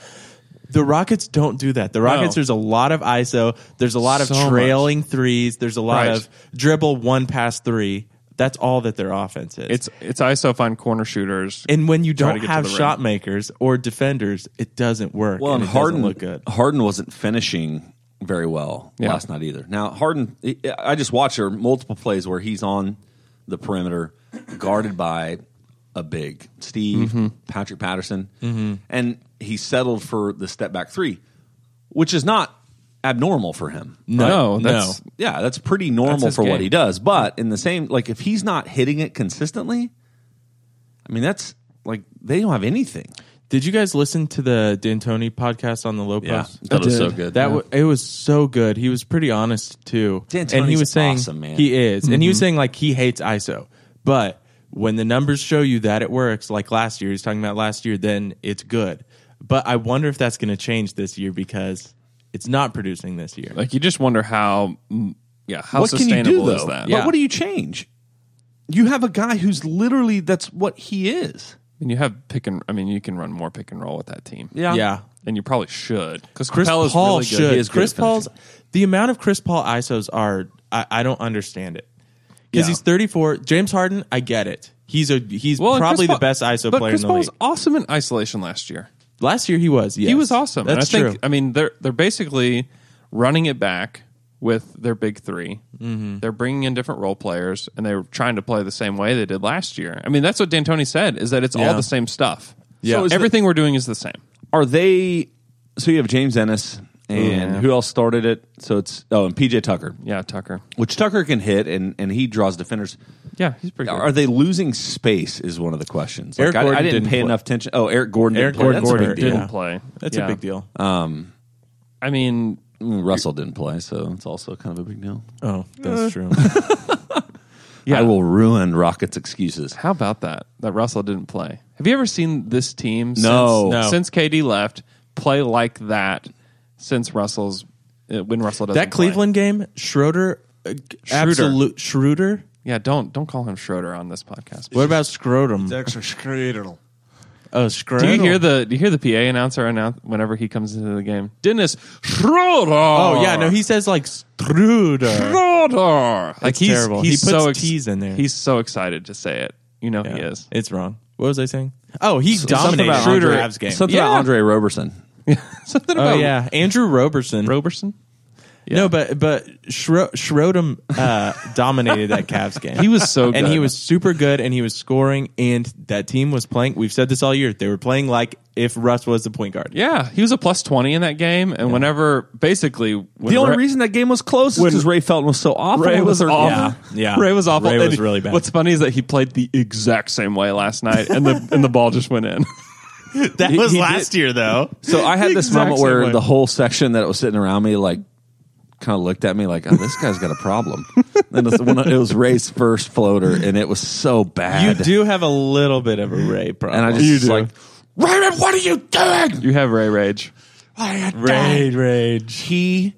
[SPEAKER 5] The Rockets don't do that. The Rockets, there's a lot of ISO. There's a lot of
[SPEAKER 6] So much.
[SPEAKER 5] trailing threes. There's a lot
[SPEAKER 6] Right.
[SPEAKER 5] of dribble one pass three. That's all that their offense is.
[SPEAKER 6] it's it's ISO on corner shooters.
[SPEAKER 5] and when you
[SPEAKER 6] Try to
[SPEAKER 5] don't
[SPEAKER 6] get to
[SPEAKER 5] have
[SPEAKER 6] the rim.
[SPEAKER 5] shot makers or defenders, it doesn't work.
[SPEAKER 3] Well, and,
[SPEAKER 5] it doesn't
[SPEAKER 3] Harden
[SPEAKER 5] look good.
[SPEAKER 3] Harden wasn't finishing very well
[SPEAKER 6] Yeah.
[SPEAKER 3] last night either. Now Harden, I just watched there are multiple plays where he's on the perimeter, guarded by a big Steve Patrick Patterson, and he settled for the step back three, which is not abnormal for him.
[SPEAKER 6] no,
[SPEAKER 5] Right.
[SPEAKER 6] that's
[SPEAKER 5] No.
[SPEAKER 3] Yeah, that's pretty normal
[SPEAKER 6] That's his
[SPEAKER 3] for what
[SPEAKER 6] game.
[SPEAKER 3] he does. But in the same, like if he's not hitting it consistently, I mean that's like they don't have anything.
[SPEAKER 5] Did you guys listen to the D'Antoni podcast on the low post?
[SPEAKER 3] that was so good.
[SPEAKER 5] That wa- it was so good. He was pretty honest too, and he
[SPEAKER 3] D'Antoni's
[SPEAKER 5] was saying
[SPEAKER 3] awesome, man.
[SPEAKER 5] he is, and he
[SPEAKER 6] Mm-hmm.
[SPEAKER 5] was saying like he hates ISO, but when the numbers show you that it works, like last year, he's talking about last year, then it's good. But I wonder if that's going to change this year because it's not producing this year.
[SPEAKER 6] like you just wonder how mm, yeah how
[SPEAKER 3] what can you
[SPEAKER 6] sustainable
[SPEAKER 3] do though?
[SPEAKER 6] is that?
[SPEAKER 3] But
[SPEAKER 6] Yeah.
[SPEAKER 3] what do you change? You have a guy who's literally that's what he is.
[SPEAKER 6] I mean, you have pick and I mean you can run more pick and roll with that team.
[SPEAKER 5] yeah.
[SPEAKER 6] and you probably should because
[SPEAKER 5] Chris
[SPEAKER 6] Capella's
[SPEAKER 5] Paul
[SPEAKER 6] really good.
[SPEAKER 5] should.
[SPEAKER 3] He is good
[SPEAKER 5] Chris
[SPEAKER 3] at finishing.
[SPEAKER 5] Paul's the amount of Chris Paul ISOs are I, I don't understand it because
[SPEAKER 3] Yeah.
[SPEAKER 5] he's 34. James Harden, I get it. He's a he's
[SPEAKER 6] and
[SPEAKER 5] probably
[SPEAKER 6] Chris Paul-
[SPEAKER 5] the best ISO
[SPEAKER 6] but
[SPEAKER 5] player
[SPEAKER 6] Chris
[SPEAKER 5] in the
[SPEAKER 6] Paul was
[SPEAKER 5] league.
[SPEAKER 6] awesome in isolation last year.
[SPEAKER 5] Last year he was. Yes.
[SPEAKER 6] He was awesome.
[SPEAKER 5] That's
[SPEAKER 6] and I
[SPEAKER 5] true.
[SPEAKER 6] think I mean they're they're basically running it back with their big 3
[SPEAKER 5] Mm-hmm.
[SPEAKER 6] they They're bringing in different role players and they're trying to play the same way they did last year. I mean that's what D'Antoni said is that it's all
[SPEAKER 5] Yeah.
[SPEAKER 6] the same stuff.
[SPEAKER 3] Yeah. So is the-
[SPEAKER 6] everything we're doing is the same.
[SPEAKER 3] Are they? So you have James Ennis and who else started it? So it's oh and PJ Tucker,
[SPEAKER 6] Yeah, Tucker.
[SPEAKER 3] which Tucker can hit and and he draws defenders.
[SPEAKER 6] Yeah, he's pretty. Good.
[SPEAKER 3] Are they losing space? Is one of the questions.
[SPEAKER 5] Eric
[SPEAKER 3] I- I,
[SPEAKER 5] Gordon
[SPEAKER 3] didn't,
[SPEAKER 5] didn't
[SPEAKER 3] pay
[SPEAKER 5] play.
[SPEAKER 3] enough attention. Oh, Eric Gordon.
[SPEAKER 5] Eric
[SPEAKER 3] didn't play.
[SPEAKER 5] Gordon
[SPEAKER 3] That's a
[SPEAKER 5] Gordon
[SPEAKER 3] big deal.
[SPEAKER 6] didn't
[SPEAKER 5] Yeah.
[SPEAKER 6] play?
[SPEAKER 5] That's
[SPEAKER 6] Yeah. Uh,
[SPEAKER 5] a big deal.
[SPEAKER 6] I mean,
[SPEAKER 3] Mm, Russell didn't play, so it's also kind of a big deal.
[SPEAKER 5] oh, that's
[SPEAKER 6] uh,
[SPEAKER 5] true.
[SPEAKER 3] I will ruin Rockets' excuses.
[SPEAKER 6] How about that? That Russell didn't play. Have you ever seen this team
[SPEAKER 3] No.
[SPEAKER 6] since,
[SPEAKER 5] No.
[SPEAKER 6] since KD left play like that since Russell's uh, when Russell doesn't
[SPEAKER 5] that
[SPEAKER 6] play?
[SPEAKER 5] Cleveland game, Schroeder, uh,
[SPEAKER 6] Schroeder.
[SPEAKER 5] absolute Schroeder.
[SPEAKER 6] Yeah, don't don't call him Schroeder on this podcast.
[SPEAKER 5] What about Scrotum?
[SPEAKER 7] Extra screedle.
[SPEAKER 5] Oh, Scrotum.
[SPEAKER 6] do you hear the do you hear the PA announcer announce whenever he comes into the game? Dennis Schroeder.
[SPEAKER 5] Oh yeah, no, he says like Struder.
[SPEAKER 6] Schroeder. Like
[SPEAKER 5] It's
[SPEAKER 6] he's
[SPEAKER 5] terrible.
[SPEAKER 6] he's
[SPEAKER 5] He puts
[SPEAKER 6] so ex-
[SPEAKER 5] T's in there.
[SPEAKER 6] He's so excited to say it. You know he is.
[SPEAKER 5] It's wrong. What was I saying? Oh, he dominated
[SPEAKER 3] about
[SPEAKER 5] Schroeder
[SPEAKER 3] Andre-
[SPEAKER 5] Avs game.
[SPEAKER 3] Something about
[SPEAKER 6] Yeah.
[SPEAKER 3] Andre Roberson.
[SPEAKER 6] Something
[SPEAKER 5] Oh
[SPEAKER 6] about
[SPEAKER 5] yeah, Andrew Roberson.
[SPEAKER 6] Roberson.
[SPEAKER 5] No, but but Schro- Schroedem uh, dominated that Cavs game.
[SPEAKER 6] He was so
[SPEAKER 5] and
[SPEAKER 6] good.
[SPEAKER 5] he was super good, and he was scoring, and that team was playing. We've said this all year; they were playing like if Russ was the point guard.
[SPEAKER 6] Yeah, he was a plus twenty in that game, and whenever basically when
[SPEAKER 3] The only
[SPEAKER 6] Ra-
[SPEAKER 3] reason that game was close is because Ray Felton was so awful.
[SPEAKER 6] Ray
[SPEAKER 3] in the
[SPEAKER 6] was
[SPEAKER 3] third
[SPEAKER 6] awful.
[SPEAKER 3] quarter.
[SPEAKER 5] Yeah.
[SPEAKER 6] Ray was awful.
[SPEAKER 5] Ray was
[SPEAKER 6] And
[SPEAKER 5] really bad.
[SPEAKER 6] What's funny is that he played the exact same way last night, and the and the ball just went in.
[SPEAKER 5] That was last year, though.
[SPEAKER 3] So I had this
[SPEAKER 6] exact
[SPEAKER 3] moment
[SPEAKER 6] same
[SPEAKER 3] where
[SPEAKER 6] way.
[SPEAKER 3] the whole section that was sitting around me, like, kind of looked at me like, "Oh, this guy's got a problem." and it's when it was Ray's first floater, and it was so
[SPEAKER 5] You
[SPEAKER 3] bad.
[SPEAKER 5] do have a little bit of a Ray problem.
[SPEAKER 3] and I just was like, Raymond, what are you doing?
[SPEAKER 6] You have Ray rage.
[SPEAKER 5] rage, rage.
[SPEAKER 3] He,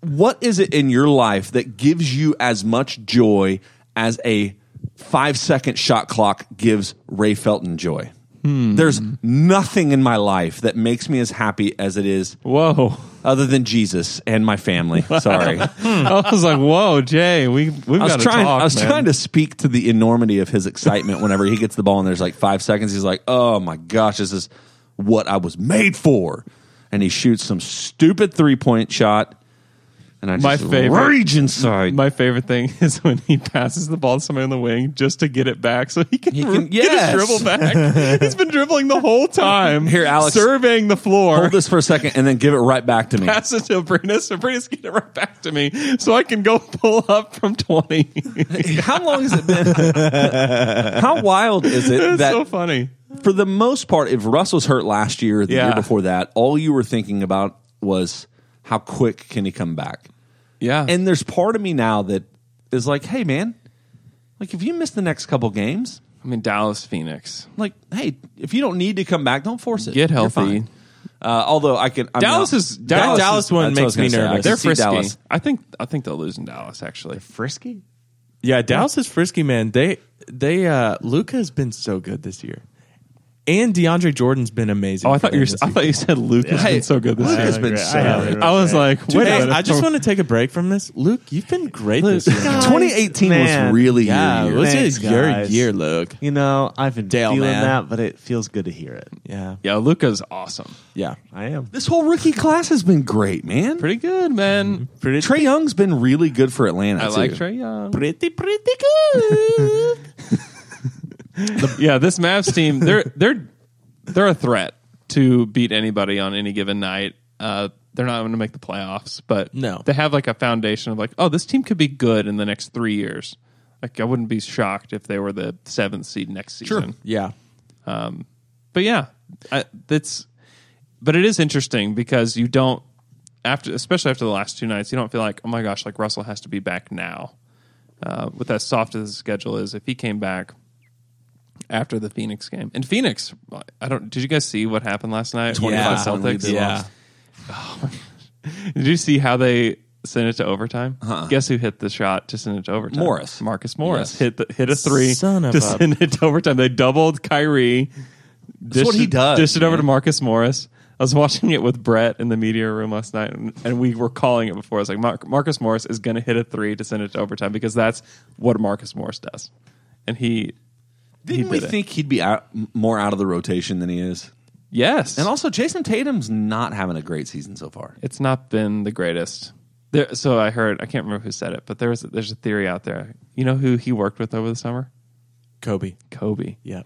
[SPEAKER 3] what is it in your life that gives you as much joy as a five second shot clock gives Ray Felton joy? There's nothing in my life that makes me as happy as it is
[SPEAKER 6] Whoa!
[SPEAKER 3] other than Jesus and my family. Sorry.
[SPEAKER 5] Hmm.
[SPEAKER 3] I
[SPEAKER 6] I was like, whoa, Jay. We we've got
[SPEAKER 3] was
[SPEAKER 6] to
[SPEAKER 3] trying
[SPEAKER 6] talk.
[SPEAKER 3] I was
[SPEAKER 6] man.
[SPEAKER 3] trying to speak to the enormity of his excitement whenever he gets the ball and there's like 5 seconds he's like, "Oh my gosh, this is what I was made for." And he shoots some stupid three-point shot and I just
[SPEAKER 6] My favorite-
[SPEAKER 3] rage inside.
[SPEAKER 6] My favorite thing is when he passes the ball to somebody on the wing just to get it back, so he can,
[SPEAKER 3] can-
[SPEAKER 6] get
[SPEAKER 3] yes.
[SPEAKER 6] his dribble back. He's been dribbling the whole time.
[SPEAKER 3] Here, Alex.
[SPEAKER 6] surveying the floor.
[SPEAKER 3] Hold this for a second and then give it right back to me.
[SPEAKER 6] pass it to Brinus, and Brinus get it right back to me, so I can go pull up from twenty.
[SPEAKER 3] How long has it been? How wild is it
[SPEAKER 6] That's
[SPEAKER 3] that
[SPEAKER 6] so funny.
[SPEAKER 3] for the most part, if Russ was hurt last year, the year
[SPEAKER 6] Yeah.
[SPEAKER 3] before that, all you were thinking about was how quick can he come back.
[SPEAKER 6] Yeah,
[SPEAKER 3] And there's part of me now that is like, hey man, like if you miss the next couple games,
[SPEAKER 6] I mean, Dallas, Phoenix.
[SPEAKER 3] like hey, if you don't need to come back, don't force it.
[SPEAKER 6] Get
[SPEAKER 3] You're
[SPEAKER 6] healthy.
[SPEAKER 3] fine. Uh, although I can I'm
[SPEAKER 6] Dallas
[SPEAKER 3] not-
[SPEAKER 6] is Dallas,
[SPEAKER 3] is-
[SPEAKER 5] Dallas one
[SPEAKER 3] that's what
[SPEAKER 5] makes
[SPEAKER 3] I was gonna
[SPEAKER 5] me
[SPEAKER 3] say. I
[SPEAKER 5] nervous.
[SPEAKER 3] can
[SPEAKER 6] They're
[SPEAKER 3] see
[SPEAKER 6] frisky.
[SPEAKER 3] Dallas.
[SPEAKER 6] I think I think they'll lose in Dallas. Actually,
[SPEAKER 4] Frisky?
[SPEAKER 5] Yeah, Dallas is frisky, man. They they uh Luca has been so good this year, and DeAndre Jordan's been amazing.
[SPEAKER 6] Oh, I
[SPEAKER 5] for
[SPEAKER 6] thought
[SPEAKER 5] them
[SPEAKER 6] you were,
[SPEAKER 5] this
[SPEAKER 6] I
[SPEAKER 5] year.
[SPEAKER 6] thought you said Luke has
[SPEAKER 3] Hey,
[SPEAKER 6] been so good this
[SPEAKER 3] Luke
[SPEAKER 6] year.
[SPEAKER 3] has been so good.
[SPEAKER 6] I was like, wait, a
[SPEAKER 5] Hey,
[SPEAKER 6] minute.
[SPEAKER 5] I just want to take a break from this, Luke. You've been great this year.
[SPEAKER 3] 2018
[SPEAKER 4] Man.
[SPEAKER 3] was really
[SPEAKER 5] Yeah,
[SPEAKER 3] your year.
[SPEAKER 5] what's
[SPEAKER 4] Thanks,
[SPEAKER 5] it? Your
[SPEAKER 4] guys.
[SPEAKER 5] year, Luke.
[SPEAKER 4] You know, I've been
[SPEAKER 5] Dale,
[SPEAKER 4] feeling
[SPEAKER 5] man.
[SPEAKER 4] that, but it feels good to hear it.
[SPEAKER 5] Yeah,
[SPEAKER 6] yeah, Luca's awesome.
[SPEAKER 5] yeah.
[SPEAKER 4] I am.
[SPEAKER 3] This whole rookie class has been great, man.
[SPEAKER 6] Pretty good, man.
[SPEAKER 5] Pretty,
[SPEAKER 3] Trey Young's been really good for Atlanta.
[SPEAKER 6] I like
[SPEAKER 3] too.
[SPEAKER 6] Trey Young.
[SPEAKER 5] pretty, pretty good.
[SPEAKER 6] yeah, this Mavs team, they're they're they're a threat to beat anybody on any given night. Uh, they're not going to make the playoffs, but
[SPEAKER 5] No.
[SPEAKER 6] they have like a foundation of like, oh, this team could be good in the next three years. Like, I wouldn't be shocked if they were the seventh seed next season.
[SPEAKER 5] yeah,
[SPEAKER 6] but yeah, I, that's. But it is interesting because you don't after, especially after the last two nights, you don't feel like, oh my gosh, like Russell has to be back now. Uh, with as soft as the schedule is, if he came back after the Phoenix game, and Phoenix, I don't. Did you guys see what happened last night?
[SPEAKER 3] 25 point lead
[SPEAKER 6] Celtics.
[SPEAKER 3] they
[SPEAKER 5] yeah.
[SPEAKER 3] lost.
[SPEAKER 6] Did you see how they sent it to overtime? Guess who hit the shot to send it to overtime?
[SPEAKER 3] Uh-uh. Morris.
[SPEAKER 6] Marcus Morris
[SPEAKER 3] Yes.
[SPEAKER 6] hit the, hit a three
[SPEAKER 5] Son of
[SPEAKER 6] to
[SPEAKER 5] a-
[SPEAKER 6] send it to overtime. They doubled Kyrie. That's
[SPEAKER 3] what he does,
[SPEAKER 6] Dished it over
[SPEAKER 3] man.
[SPEAKER 6] to Marcus Morris. I was watching it with Brett in the media room last night, and, and we were calling it before. I was like, Mar- Marcus Morris is going to hit a three to send it to overtime because that's what Marcus Morris does, and he He
[SPEAKER 3] Didn't we
[SPEAKER 6] did it.
[SPEAKER 3] think he'd be out, m- more out of the rotation than he is?
[SPEAKER 6] yes,
[SPEAKER 3] And also, Jason Tatum's not having a great season so far.
[SPEAKER 6] it's not been the greatest. There, so I heard, I can't remember who said it, but there was there's a theory out there. You know who he worked with over the summer?
[SPEAKER 5] Kobe.
[SPEAKER 6] Kobe.
[SPEAKER 5] Yeah,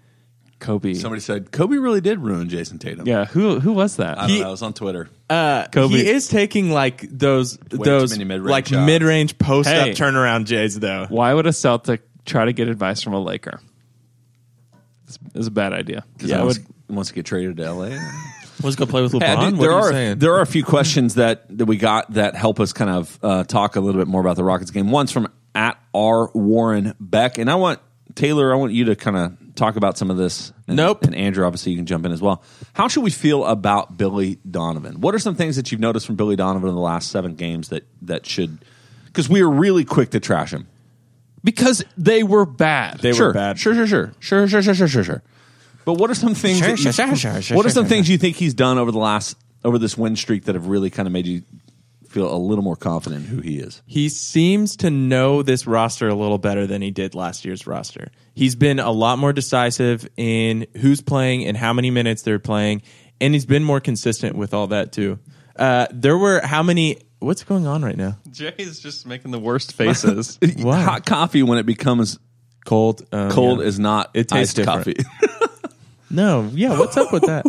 [SPEAKER 6] Kobe.
[SPEAKER 3] Somebody said Kobe really did ruin Jason Tatum.
[SPEAKER 6] yeah, who who was that?
[SPEAKER 3] I don't know. It was on Twitter.
[SPEAKER 5] uh,
[SPEAKER 6] Kobe-
[SPEAKER 5] He is taking like those those
[SPEAKER 3] many mid-range
[SPEAKER 5] like
[SPEAKER 3] shots.
[SPEAKER 5] mid range post up
[SPEAKER 6] Hey.
[SPEAKER 5] turnaround Jays though.
[SPEAKER 6] Why would a Celtic try to get advice from a Laker? It's, it's a bad idea.
[SPEAKER 3] yeah,
[SPEAKER 6] I
[SPEAKER 3] wants,
[SPEAKER 6] would-
[SPEAKER 3] wants to get traded to LA.
[SPEAKER 5] Let's go play with LeBron.
[SPEAKER 3] Hey, I do- there are there are a few questions that, that we got that help us kind of uh, talk a little bit more about the Rockets game. One's from at R Warren Beck, and I want Taylor, I want you to kind of talk about some of this. And,
[SPEAKER 5] Nope.
[SPEAKER 3] And Andrew, obviously, you can jump in as well. How should we feel about Billy Donovan? What are some things that you've noticed from Billy Donovan in the last seven games that that should? Because we are really quick to trash him.
[SPEAKER 6] because they were bad.
[SPEAKER 5] They
[SPEAKER 3] sure,
[SPEAKER 5] were bad.
[SPEAKER 3] Sure, sure, sure, sure, sure, sure, sure, sure, sure. But what are some things?
[SPEAKER 5] Sure,
[SPEAKER 3] that you,
[SPEAKER 5] sure, sure, sure, sure,
[SPEAKER 3] what are
[SPEAKER 5] sure,
[SPEAKER 3] some
[SPEAKER 5] sure,
[SPEAKER 3] things you think he's done over the last over this win streak that have really kind of made you feel a little more confident in who he is?
[SPEAKER 5] he seems to know this roster a little better than he did last year's roster. He's been a lot more decisive in who's playing and how many minutes they're playing, and he's been more consistent with all that too. Uh, there were how many? What's going on right now?
[SPEAKER 6] Jay is just making the worst faces.
[SPEAKER 5] Wow.
[SPEAKER 3] Hot coffee when it becomes
[SPEAKER 5] Cold. um,
[SPEAKER 3] cold
[SPEAKER 5] yeah.
[SPEAKER 3] is not
[SPEAKER 5] It tastes
[SPEAKER 3] iced
[SPEAKER 5] different.
[SPEAKER 3] coffee.
[SPEAKER 5] no. Yeah. What's up with that?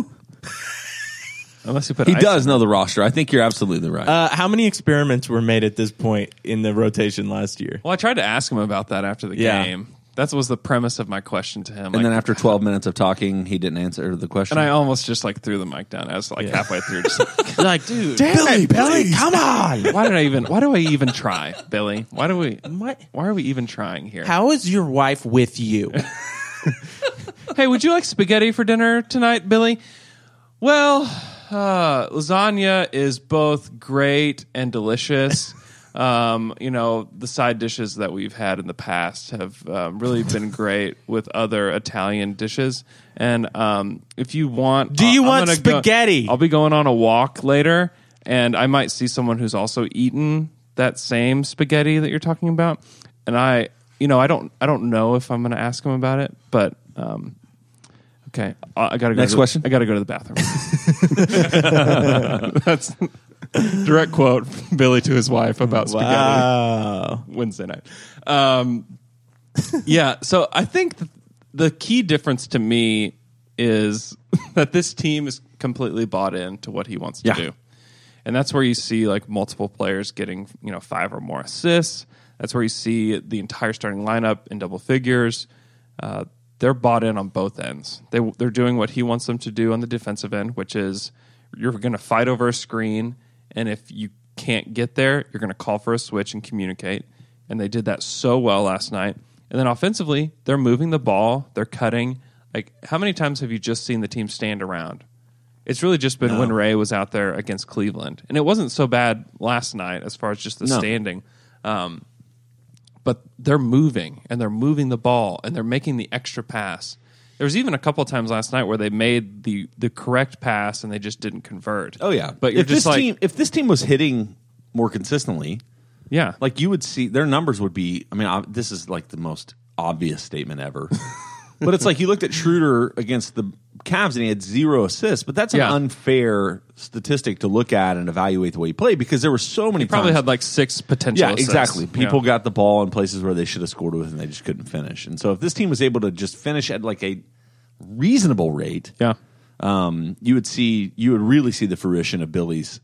[SPEAKER 6] Unless you put
[SPEAKER 3] he
[SPEAKER 6] ice
[SPEAKER 3] does know the roster. I think you're absolutely right.
[SPEAKER 5] Uh, how many experiments were made at this point in the rotation last year?
[SPEAKER 6] Well, I tried to ask him about that after the
[SPEAKER 5] Yeah.
[SPEAKER 6] game. That was the premise of my question to him.
[SPEAKER 3] and
[SPEAKER 6] Like,
[SPEAKER 3] then after 12 minutes of talking, he didn't answer the question.
[SPEAKER 6] and I almost just like threw the mic down. I was like halfway through, just like, like, dude,
[SPEAKER 5] Billy, Billy, come on!
[SPEAKER 6] why did I even? Why do I even try, Billy? Why do we?
[SPEAKER 5] What?
[SPEAKER 6] Why are we even trying here?
[SPEAKER 5] How is your wife with you?
[SPEAKER 6] hey, would you like spaghetti for dinner tonight, Billy? Well, uh, lasagna is both great and delicious. Um, you know, the side dishes that we've had in the past have um, really been great with other Italian dishes. And um, if you want,
[SPEAKER 5] Do you
[SPEAKER 6] I'm
[SPEAKER 5] want
[SPEAKER 6] gonna go-
[SPEAKER 5] spaghetti?
[SPEAKER 6] I'll be going on a walk later, and I might see someone who's also eaten that same spaghetti that you're talking about. And I, you know, I don't, I don't know if I'm going to ask him about it, but um, okay, I, I got to go.
[SPEAKER 3] Next
[SPEAKER 6] to the-
[SPEAKER 3] question?
[SPEAKER 6] I got to go to the bathroom. That's direct quote from Billy to his wife about spaghetti Wednesday night. Um, yeah, so I think th- the key difference to me is that this team is completely bought in to what he wants to
[SPEAKER 3] Yeah.
[SPEAKER 6] do. And that's where you see like multiple players getting, you know, five or more assists. That's where you see the entire starting lineup in double figures. Uh, they're bought in on both ends. They, they're doing what he wants them to do on the defensive end, which is you're going to fight over a screen. And if you can't get there, you're going to call for a switch and communicate. and they did that so well last night. And then offensively, they're moving the ball, they're cutting. Like, how many times have you just seen the team stand around? It's really just been when Ray was out there against Cleveland, and it wasn't so bad last night as far as just the
[SPEAKER 3] No.
[SPEAKER 6] standing. Um, but they're moving and they're moving the ball and they're making the extra pass. There was even a couple times last night where they made the the correct pass and they just didn't convert.
[SPEAKER 3] Oh yeah,
[SPEAKER 6] but you're
[SPEAKER 3] if
[SPEAKER 6] just
[SPEAKER 3] this
[SPEAKER 6] like
[SPEAKER 3] team, if this team was hitting more consistently,
[SPEAKER 6] yeah, like
[SPEAKER 3] like you would see their numbers would be. I mean, ob- this is like the most obvious statement ever, but it's like you looked at Schroeder against the Cavs and he had zero assists, but that's
[SPEAKER 6] Yeah.
[SPEAKER 3] an unfair statistic to look at and evaluate the way he played because there were so many.
[SPEAKER 6] probably
[SPEAKER 3] times-
[SPEAKER 6] had like six potential.
[SPEAKER 3] yeah,
[SPEAKER 6] assists.
[SPEAKER 3] exactly. People
[SPEAKER 6] Yeah.
[SPEAKER 3] got the ball in places where they should have scored with and they just couldn't finish. And so if this team was able to just finish at like a reasonable rate,
[SPEAKER 6] yeah.
[SPEAKER 3] um, you would see you would really see the fruition of Billy's,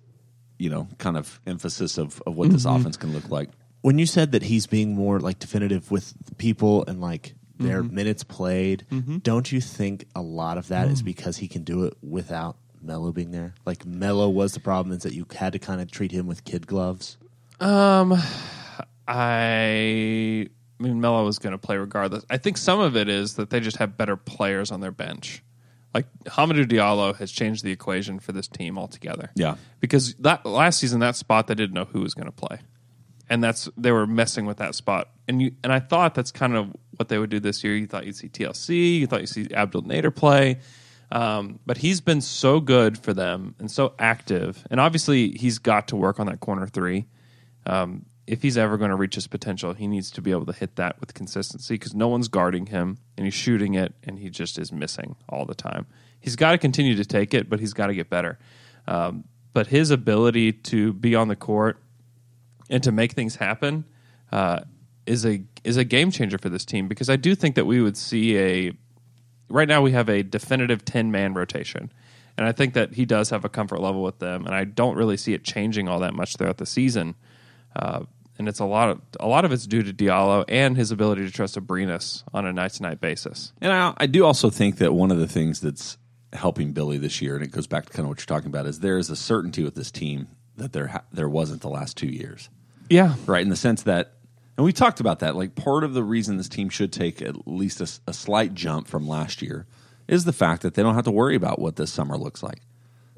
[SPEAKER 3] you know, kind of emphasis of, of what this
[SPEAKER 6] Mm-hmm.
[SPEAKER 3] offense can look like.
[SPEAKER 7] when you said that he's being more like definitive with people and like their
[SPEAKER 4] Mm-hmm.
[SPEAKER 7] minutes played, don't you think a lot of that is
[SPEAKER 4] Mm.
[SPEAKER 7] because he can do it without Mello being there? Like Mello was the problem is that you had to kind of treat him with kid gloves.
[SPEAKER 6] I I mean Melo was going to play regardless. I think some of it is that they just have better players on their bench. Like Hamadou Diallo has changed the equation for this team altogether.
[SPEAKER 3] Yeah.
[SPEAKER 6] because that last season that spot they didn't know who was going to play, and that's they were messing with that spot. And you and I thought that's kind of what they would do this year. You thought you'd see TLC, you thought you'd see Abdul Nader play. Um, but he's been so good for them and so active, and obviously he's got to work on that corner three um, if he's ever going to reach his potential, he needs to be able to hit that with consistency because no one's guarding him and he's shooting it and he just is missing all the time. He's got to continue to take it, but he's got to get better. Um, but his ability to be on the court and to make things happen uh, is a is a game changer for this team because I do think that we would see a right now we have a definitive 10 man rotation. And I think that he does have a comfort level with them. And I don't really see it changing all that much throughout the season. Uh, and it's a lot of a lot of it's due to Diallo and his ability to trust Abrinas on a night to night basis.
[SPEAKER 3] And I, I do also think that one of the things that's helping Billy this year, and it goes back to kind of what you're talking about, is there is a certainty with this team that there ha- there wasn't the last two years.
[SPEAKER 6] Yeah.
[SPEAKER 3] right? In the sense that, and we talked about that, like part of the reason this team should take at least a, s- a slight jump from last year is the fact that they don't have to worry about what this summer looks like.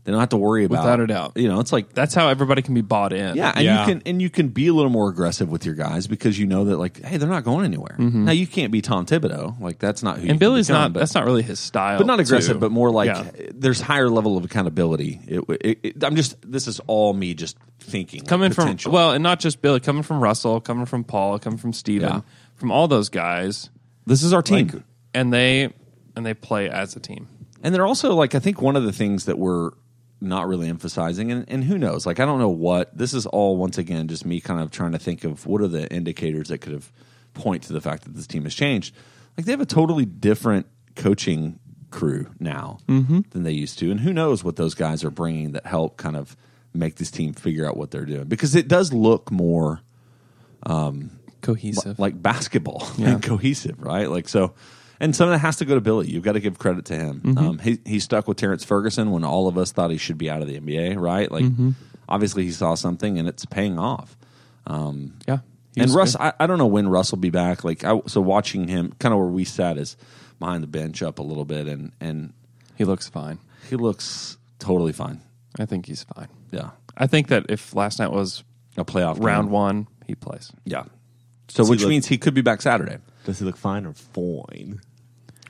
[SPEAKER 3] They don't have to worry about
[SPEAKER 6] Without a doubt.
[SPEAKER 3] You know, it's like
[SPEAKER 6] That's how everybody can be bought in.
[SPEAKER 3] yeah, and
[SPEAKER 5] Yeah.
[SPEAKER 3] you can and you can be a little more aggressive with your guys because you know that like, hey, they're not going anywhere. Now you can't be Tom Thibodeau, like that's not who. you
[SPEAKER 6] Mm-hmm. And Billy's
[SPEAKER 3] can become,
[SPEAKER 6] not
[SPEAKER 3] but-
[SPEAKER 6] that's not really his style.
[SPEAKER 3] but not aggressive,
[SPEAKER 6] too.
[SPEAKER 3] but more like
[SPEAKER 6] Yeah.
[SPEAKER 3] there's higher level of accountability. It, it, it, I'm just this is all me just thinking like,
[SPEAKER 6] coming
[SPEAKER 3] potential.
[SPEAKER 6] from well, and not just Billy, coming from Russell, coming from Paul, coming from Steven,
[SPEAKER 3] Yeah.
[SPEAKER 6] from all those guys.
[SPEAKER 3] this is our team.
[SPEAKER 6] And they and they play as a team.
[SPEAKER 3] And they're also like I think one of the things that we're not really emphasizing, and, and who knows? Like I don't know what this is all once again just me kind of trying to think of what are the indicators that could have point to the fact that this team has changed. Like they have a totally different coaching crew now than they used to, and who knows what those guys are bringing that help kind of make this team figure out what they're doing because it does look more
[SPEAKER 6] Cohesive.
[SPEAKER 3] like basketball and cohesive, right? Like so, and some of that has to go to Billy. You've got to give credit to him. Um, he he stuck with Terrence Ferguson when all of us thought he should be out of the NBA, right? Like obviously he saw something and it's paying off.
[SPEAKER 6] yeah. He
[SPEAKER 3] and
[SPEAKER 6] was
[SPEAKER 3] Russ, I, I don't know when Russ will be back. Like I, so, watching him, kind of where we sat is behind the bench up a little bit, and and
[SPEAKER 6] good. he looks fine.
[SPEAKER 3] he looks totally fine.
[SPEAKER 6] I think he's fine.
[SPEAKER 3] Yeah,
[SPEAKER 6] I think that if last night was
[SPEAKER 3] a playoff game.
[SPEAKER 6] round one, he plays.
[SPEAKER 3] Yeah, so
[SPEAKER 7] he
[SPEAKER 3] which
[SPEAKER 7] look-
[SPEAKER 3] means he could be back Saturday.
[SPEAKER 7] Does he look fine or fine?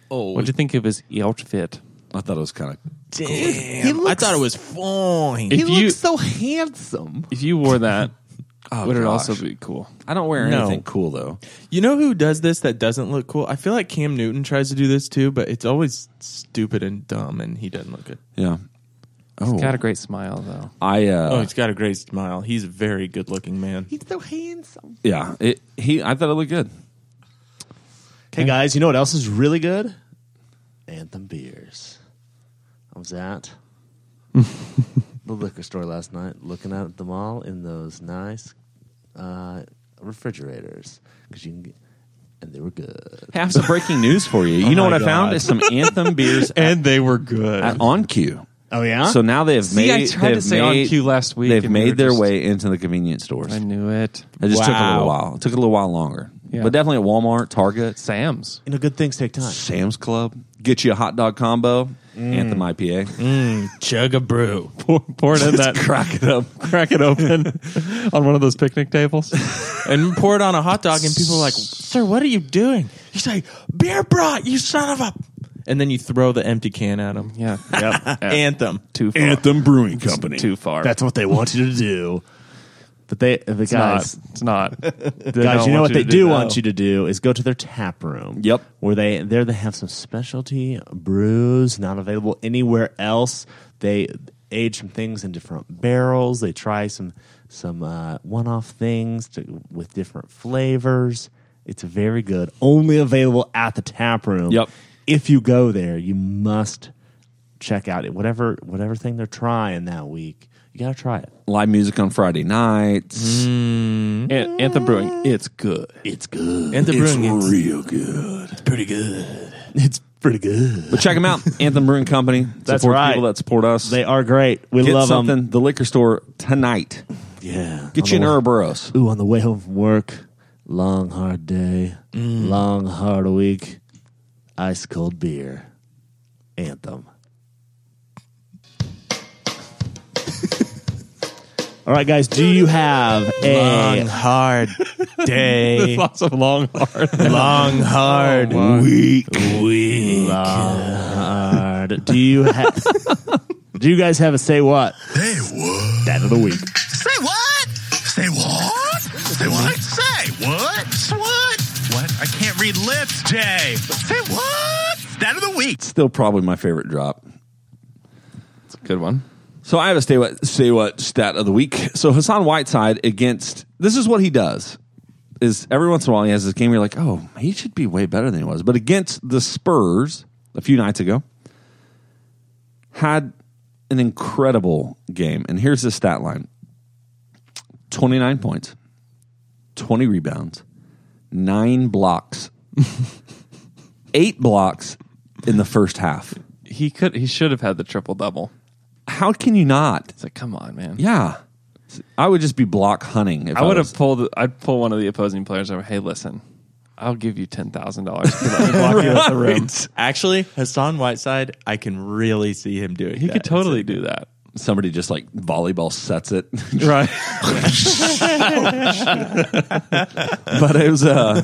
[SPEAKER 6] What do you think of his outfit?
[SPEAKER 3] I thought it was kind of
[SPEAKER 5] Damn, I thought it was fine.
[SPEAKER 6] If you
[SPEAKER 7] so handsome.
[SPEAKER 6] if you wore that, would it
[SPEAKER 3] gosh.
[SPEAKER 6] also be cool?
[SPEAKER 3] I don't wear
[SPEAKER 5] No.
[SPEAKER 3] anything cool though.
[SPEAKER 5] You know who does this that doesn't look cool? I feel like Cam Newton tries to do this too, but it's always stupid and dumb, and he doesn't look good.
[SPEAKER 3] Yeah. Oh,
[SPEAKER 6] Got a great smile though.
[SPEAKER 3] I uh,
[SPEAKER 5] Oh, he's got a great smile. He's a very good looking man.
[SPEAKER 7] He's so handsome.
[SPEAKER 3] yeah. It, he, I thought it looked good.
[SPEAKER 7] Hey guys, you know what else is really good? Anthem beers. I was at the liquor store last night, looking out at the mall in those nice uh, refrigerators because you can get, and they were good.
[SPEAKER 3] Hey, I have some breaking news for you. You know
[SPEAKER 7] my
[SPEAKER 3] what I
[SPEAKER 7] God.
[SPEAKER 3] found is some Anthem beers
[SPEAKER 5] And they were good.
[SPEAKER 3] at, on cue.
[SPEAKER 7] Oh yeah.
[SPEAKER 3] So now they have
[SPEAKER 6] See, I
[SPEAKER 3] made.
[SPEAKER 6] tried
[SPEAKER 3] they've
[SPEAKER 6] to say on
[SPEAKER 3] made,
[SPEAKER 6] cue last week
[SPEAKER 3] They've
[SPEAKER 6] and we
[SPEAKER 3] made
[SPEAKER 6] were
[SPEAKER 3] their
[SPEAKER 6] just-
[SPEAKER 3] way into the convenience stores.
[SPEAKER 6] I knew it.
[SPEAKER 3] It just took a
[SPEAKER 6] Wow.
[SPEAKER 3] little while. It took a little while longer,
[SPEAKER 6] Yeah.
[SPEAKER 3] but definitely at Walmart, Target,
[SPEAKER 6] Sam's.
[SPEAKER 7] you know, good things take time.
[SPEAKER 3] Sam's Club. Get you a hot dog combo, Anthem IPA.
[SPEAKER 5] Chug a brew.
[SPEAKER 6] Pour, pour it in that.
[SPEAKER 3] Crack it up.
[SPEAKER 6] crack it open on one of those picnic tables.
[SPEAKER 5] and pour it on a hot dog, and people are like, "Sir, what are you doing?" You say, "Beer brought, you son of a." And then you throw the empty can at them.
[SPEAKER 6] Yeah. Yep.
[SPEAKER 5] Anthem.
[SPEAKER 6] Too far.
[SPEAKER 1] Anthem Brewing Company.
[SPEAKER 6] Too far.
[SPEAKER 7] That's what they want you to do. But they, the guys,
[SPEAKER 6] not. It's not.
[SPEAKER 7] guys, you know what they do want
[SPEAKER 6] to.
[SPEAKER 7] you to do is go to their tap room.
[SPEAKER 3] Yep.
[SPEAKER 7] Where they there they have some specialty brews not available anywhere else. They age some things in different barrels. They try some some uh, one off things to, with different flavors. It's very good. Only available at the tap room.
[SPEAKER 3] Yep.
[SPEAKER 7] If you go there, you must check out it whatever whatever thing they're trying that week. You gotta try it.
[SPEAKER 3] Live music on Friday nights.
[SPEAKER 6] Mm. An- Anthem Brewing, it's good.
[SPEAKER 7] It's good.
[SPEAKER 5] Anthem brewing. It's,
[SPEAKER 1] real good.
[SPEAKER 7] pretty good. It's pretty good.
[SPEAKER 3] But check them out, Anthem Brewing Company.
[SPEAKER 7] That's
[SPEAKER 3] support
[SPEAKER 7] right.
[SPEAKER 3] People that support us.
[SPEAKER 7] They are great. We
[SPEAKER 3] Get
[SPEAKER 7] love
[SPEAKER 3] something.
[SPEAKER 7] them.
[SPEAKER 3] The liquor store tonight.
[SPEAKER 7] Yeah.
[SPEAKER 3] Get
[SPEAKER 7] On
[SPEAKER 3] you an
[SPEAKER 7] the way-
[SPEAKER 3] Ouroboros.
[SPEAKER 7] Ooh, on the way home from work, long hard day, long hard week, ice cold beer, anthem. All right, guys. Do you have a
[SPEAKER 5] long hard day.
[SPEAKER 6] Lots of long, hard.
[SPEAKER 5] long
[SPEAKER 7] Oh,
[SPEAKER 5] hard.
[SPEAKER 7] hard? Do you have? do you guys have a say what?
[SPEAKER 8] Say what?
[SPEAKER 7] That of the week.
[SPEAKER 8] Say what? Say what? Say what? Say what? Say what? What? I can't read lips, Jay. Say what? That of the week.
[SPEAKER 3] Still probably my favorite drop.
[SPEAKER 6] Good one.
[SPEAKER 3] So I have a stay what stay what stat of the week. So Hassan Whiteside against this is what he does is every once in a while he has this game where you're like, oh, he should be way better than he was. But against the Spurs a few nights ago, had an incredible game. And here's the stat line: twenty nine points, twenty rebounds, nine blocks, eight blocks in the first half.
[SPEAKER 6] He could. He should have had the triple double.
[SPEAKER 3] How can you not?
[SPEAKER 6] It's like, come on, man.
[SPEAKER 3] Yeah. I would just be block hunting. If
[SPEAKER 6] I would have
[SPEAKER 3] was-
[SPEAKER 6] pulled. I'd pull one of the opposing players over. Hey, listen, I'll give you ten thousand dollars because I block you out the rim.
[SPEAKER 5] Actually, Hassan Whiteside, I can really see him doing.
[SPEAKER 6] He
[SPEAKER 5] that.
[SPEAKER 6] could totally do that.
[SPEAKER 3] somebody just like volleyball sets it.
[SPEAKER 6] Right.
[SPEAKER 3] but it was uh